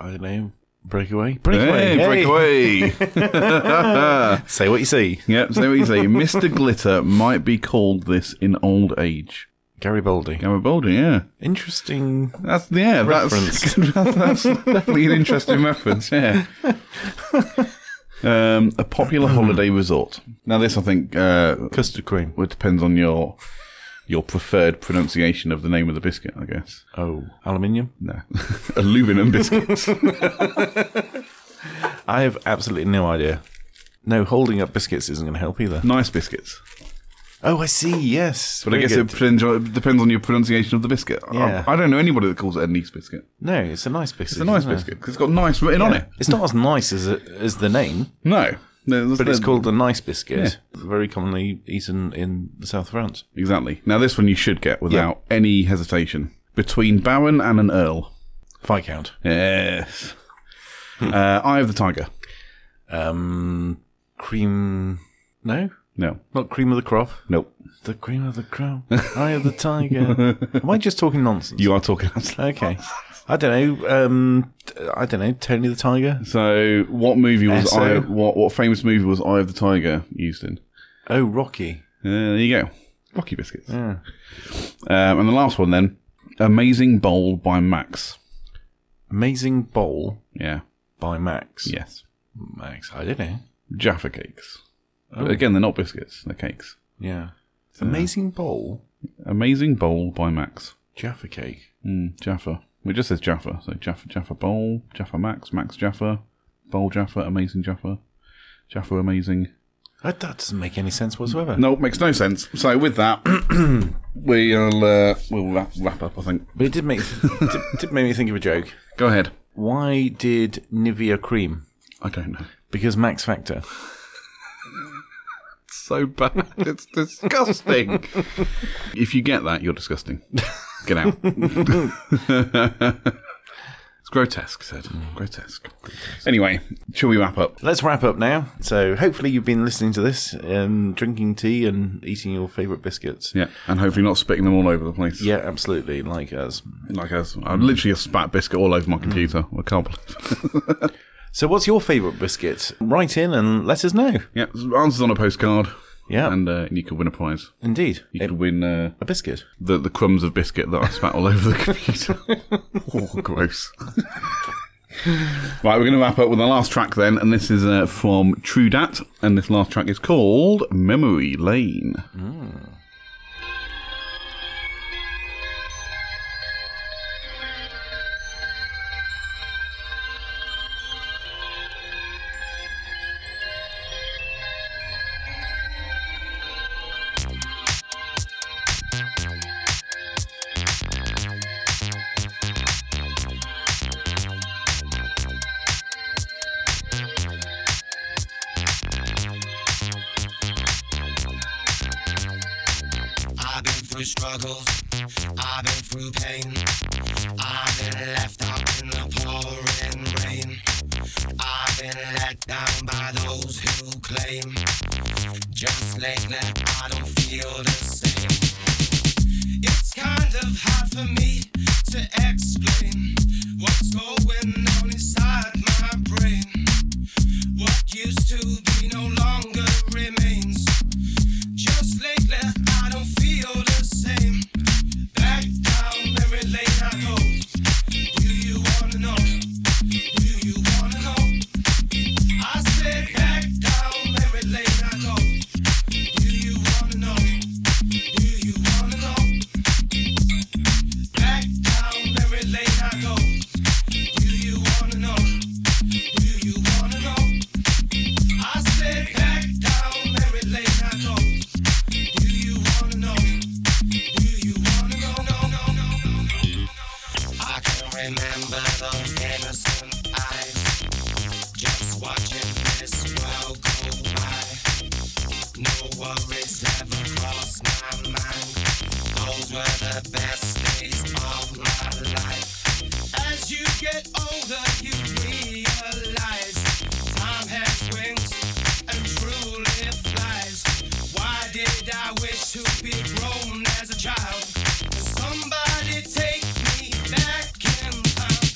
Speaker 1: I don't know. Breakaway. Breakaway.
Speaker 2: Hey,
Speaker 1: hey!
Speaker 2: breakaway.
Speaker 1: Say what you see.
Speaker 2: Yep, so easy. Mr. Glitter might be called this in old age.
Speaker 1: Gary Baldy.
Speaker 2: Garibaldi, yeah.
Speaker 1: Interesting.
Speaker 2: That's yeah,
Speaker 1: Reference.
Speaker 2: that's that's definitely an interesting reference, yeah. Um, a popular holiday resort. Now this I think uh
Speaker 1: Custard cream.
Speaker 2: it depends on your your preferred pronunciation of the name of the biscuit, I guess.
Speaker 1: Oh, aluminium.
Speaker 2: No. Aluminum biscuits.
Speaker 1: I have absolutely no idea. No, holding up biscuits isn't going to help either.
Speaker 2: nice biscuits.
Speaker 1: Oh, I see. Yes,
Speaker 2: But I guess it depends on- it depends on your pronunciation of the biscuit. I-
Speaker 1: Yeah.
Speaker 2: I, don't know anybody that calls it a nice biscuit.
Speaker 1: no, it's a nice biscuit.
Speaker 2: It's a nice
Speaker 1: isn't it?
Speaker 2: biscuit because it's got nice written on it.
Speaker 1: It's not as nice as it, as the name,
Speaker 2: No. No, that's-
Speaker 1: but it's
Speaker 2: that-
Speaker 1: called a nice biscuit. Very commonly eaten in the south of France.
Speaker 2: Exactly. Now, this one you should get without any hesitation. Between Baron and an Earl.
Speaker 1: Viscount.
Speaker 2: Yes. uh, Eye of the Tiger.
Speaker 1: Um, cream. No,
Speaker 2: No.
Speaker 1: Not cream of the crop.
Speaker 2: Nope.
Speaker 1: The cream of the crop. Eye of the tiger. Am I just talking nonsense?
Speaker 2: You are talking absolutely.
Speaker 1: okay. I don't know. Um, I don't know. Tony the Tiger.
Speaker 2: So, what movie was
Speaker 1: Esso.
Speaker 2: I? What what famous movie was Eye of the Tiger used in?
Speaker 1: Oh, Rocky.
Speaker 2: Uh, there you go, Rocky biscuits. Um, and the last one then, Amazing Bowl by Max.
Speaker 1: Amazing Bowl
Speaker 2: Yeah.
Speaker 1: by Max.
Speaker 2: Yes.
Speaker 1: Max. I don't know.
Speaker 2: Jaffa cakes. But again, they're not biscuits. They're cakes.
Speaker 1: Yeah. Amazing Bowl.
Speaker 2: Amazing Bowl by Max.
Speaker 1: Jaffa cake.
Speaker 2: Mm, Jaffa. Well, It just says Jaffa. So Jaffa, Jaffa Bowl, Jaffa Max, Max Jaffa, Bowl Jaffa, Amazing Jaffa, Jaffa Amazing.
Speaker 1: That, that doesn't make any sense whatsoever.
Speaker 2: No, makes no sense. So with that, we'll uh, we'll wrap, wrap up. I think.
Speaker 1: But it did make did, did make me think of a joke.
Speaker 2: Go ahead.
Speaker 1: Why did Nivea cream?
Speaker 2: I don't know.
Speaker 1: Because Max Factor.
Speaker 2: so bad. It's disgusting. if you get that, you're disgusting. Get out. it's grotesque, said. Grotesque. Anyway, shall we wrap up?
Speaker 1: Let's wrap up now. So hopefully you've been listening to this, um, drinking tea and eating your favourite biscuits.
Speaker 2: Yeah, and hopefully not spitting them all over the place.
Speaker 1: Yeah, absolutely. Like us.
Speaker 2: like us. I literally a spat biscuit all over my computer.
Speaker 1: Mm.
Speaker 2: I can't believe.
Speaker 1: So what's your favourite biscuit? Write in and let us know.
Speaker 2: Yeah, answers on a postcard.
Speaker 1: Yeah.
Speaker 2: and uh, you could win a prize.
Speaker 1: Indeed.
Speaker 2: You could win uh,
Speaker 1: A biscuit.
Speaker 2: the the crumbs of biscuit that I spat all over the computer. oh, gross. right, we're going to wrap up with the last track then, and this is uh, from Trudat, and this last track is called Memory Lane.
Speaker 8: I've been through struggles, I've been through pain. I've been left out in the pouring rain. I've been let down by those who claim. Just lately, I don't feel the same. It's kind of hard for me to explain what's going on inside my brain. What used to be no longer remains. Just lately, I don't feel the same. Back down memory lane I go. Do you wanna know? Do you wanna know? I said back down memory lane I go. Do you wanna know? Do you wanna know? Back down memory lane I go. Do you wanna know? Do you wanna know? I said back down memory lane I go. Do you wanna know? Do you wanna know? No, no, no, no. I can remember those innocent eyes, just watching this world go by. No worries ever crossed my mind. Those were the best days of my life. As you get older, you realize time has wings and truly flies. Why did I wish to be grown as a child? Somebody take me back in time.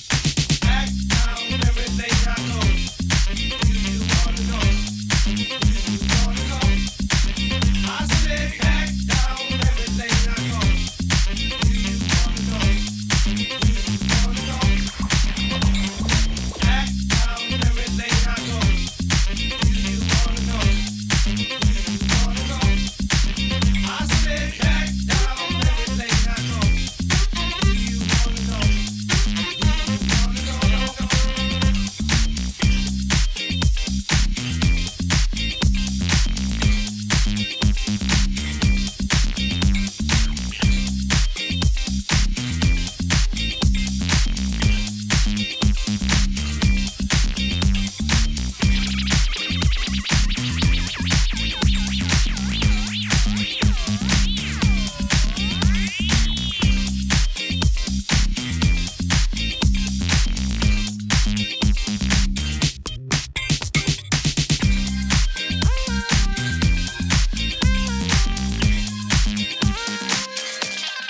Speaker 8: Back down memory lane I go. Do you wanna know? Do you wanna know? I said back down memory lane I go. Do you wanna know? Do you wanna know? Back down memory lane I go. Do you wanna know? Do you wanna know? I said back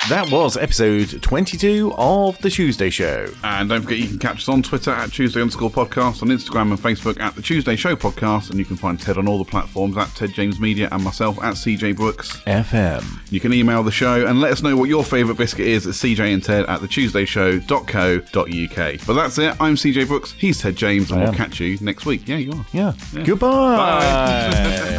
Speaker 1: That was episode 22 of The Tuesday Show.
Speaker 2: And don't forget, you can catch us on Twitter at Tuesday underscore podcast, on Instagram and Facebook at The Tuesday Show Podcast, and you can find Ted on all the platforms at Ted James Media and myself at CJ Brooks.
Speaker 1: FM.
Speaker 2: You can email the show and let us know what your favourite biscuit is at CJ and Ted at thetuesdayshow.co.uk. But that's it. I'm CJ Brooks, he's Ted James, and
Speaker 1: I
Speaker 2: we'll
Speaker 1: am.
Speaker 2: catch you next week. Yeah, you are.
Speaker 1: Yeah. Goodbye.
Speaker 2: Bye.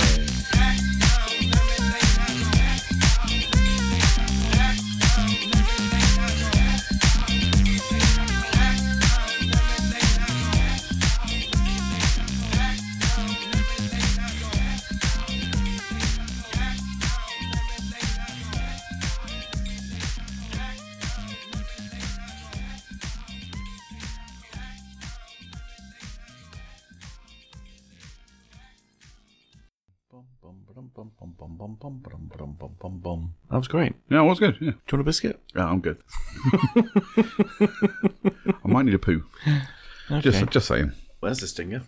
Speaker 1: That was great.
Speaker 2: Yeah, it was good. Yeah,
Speaker 1: Do you want a biscuit?
Speaker 2: yeah I'm good. I might need a poo. Just, just saying.
Speaker 1: Where's the stinger?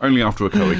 Speaker 2: Only after a curry.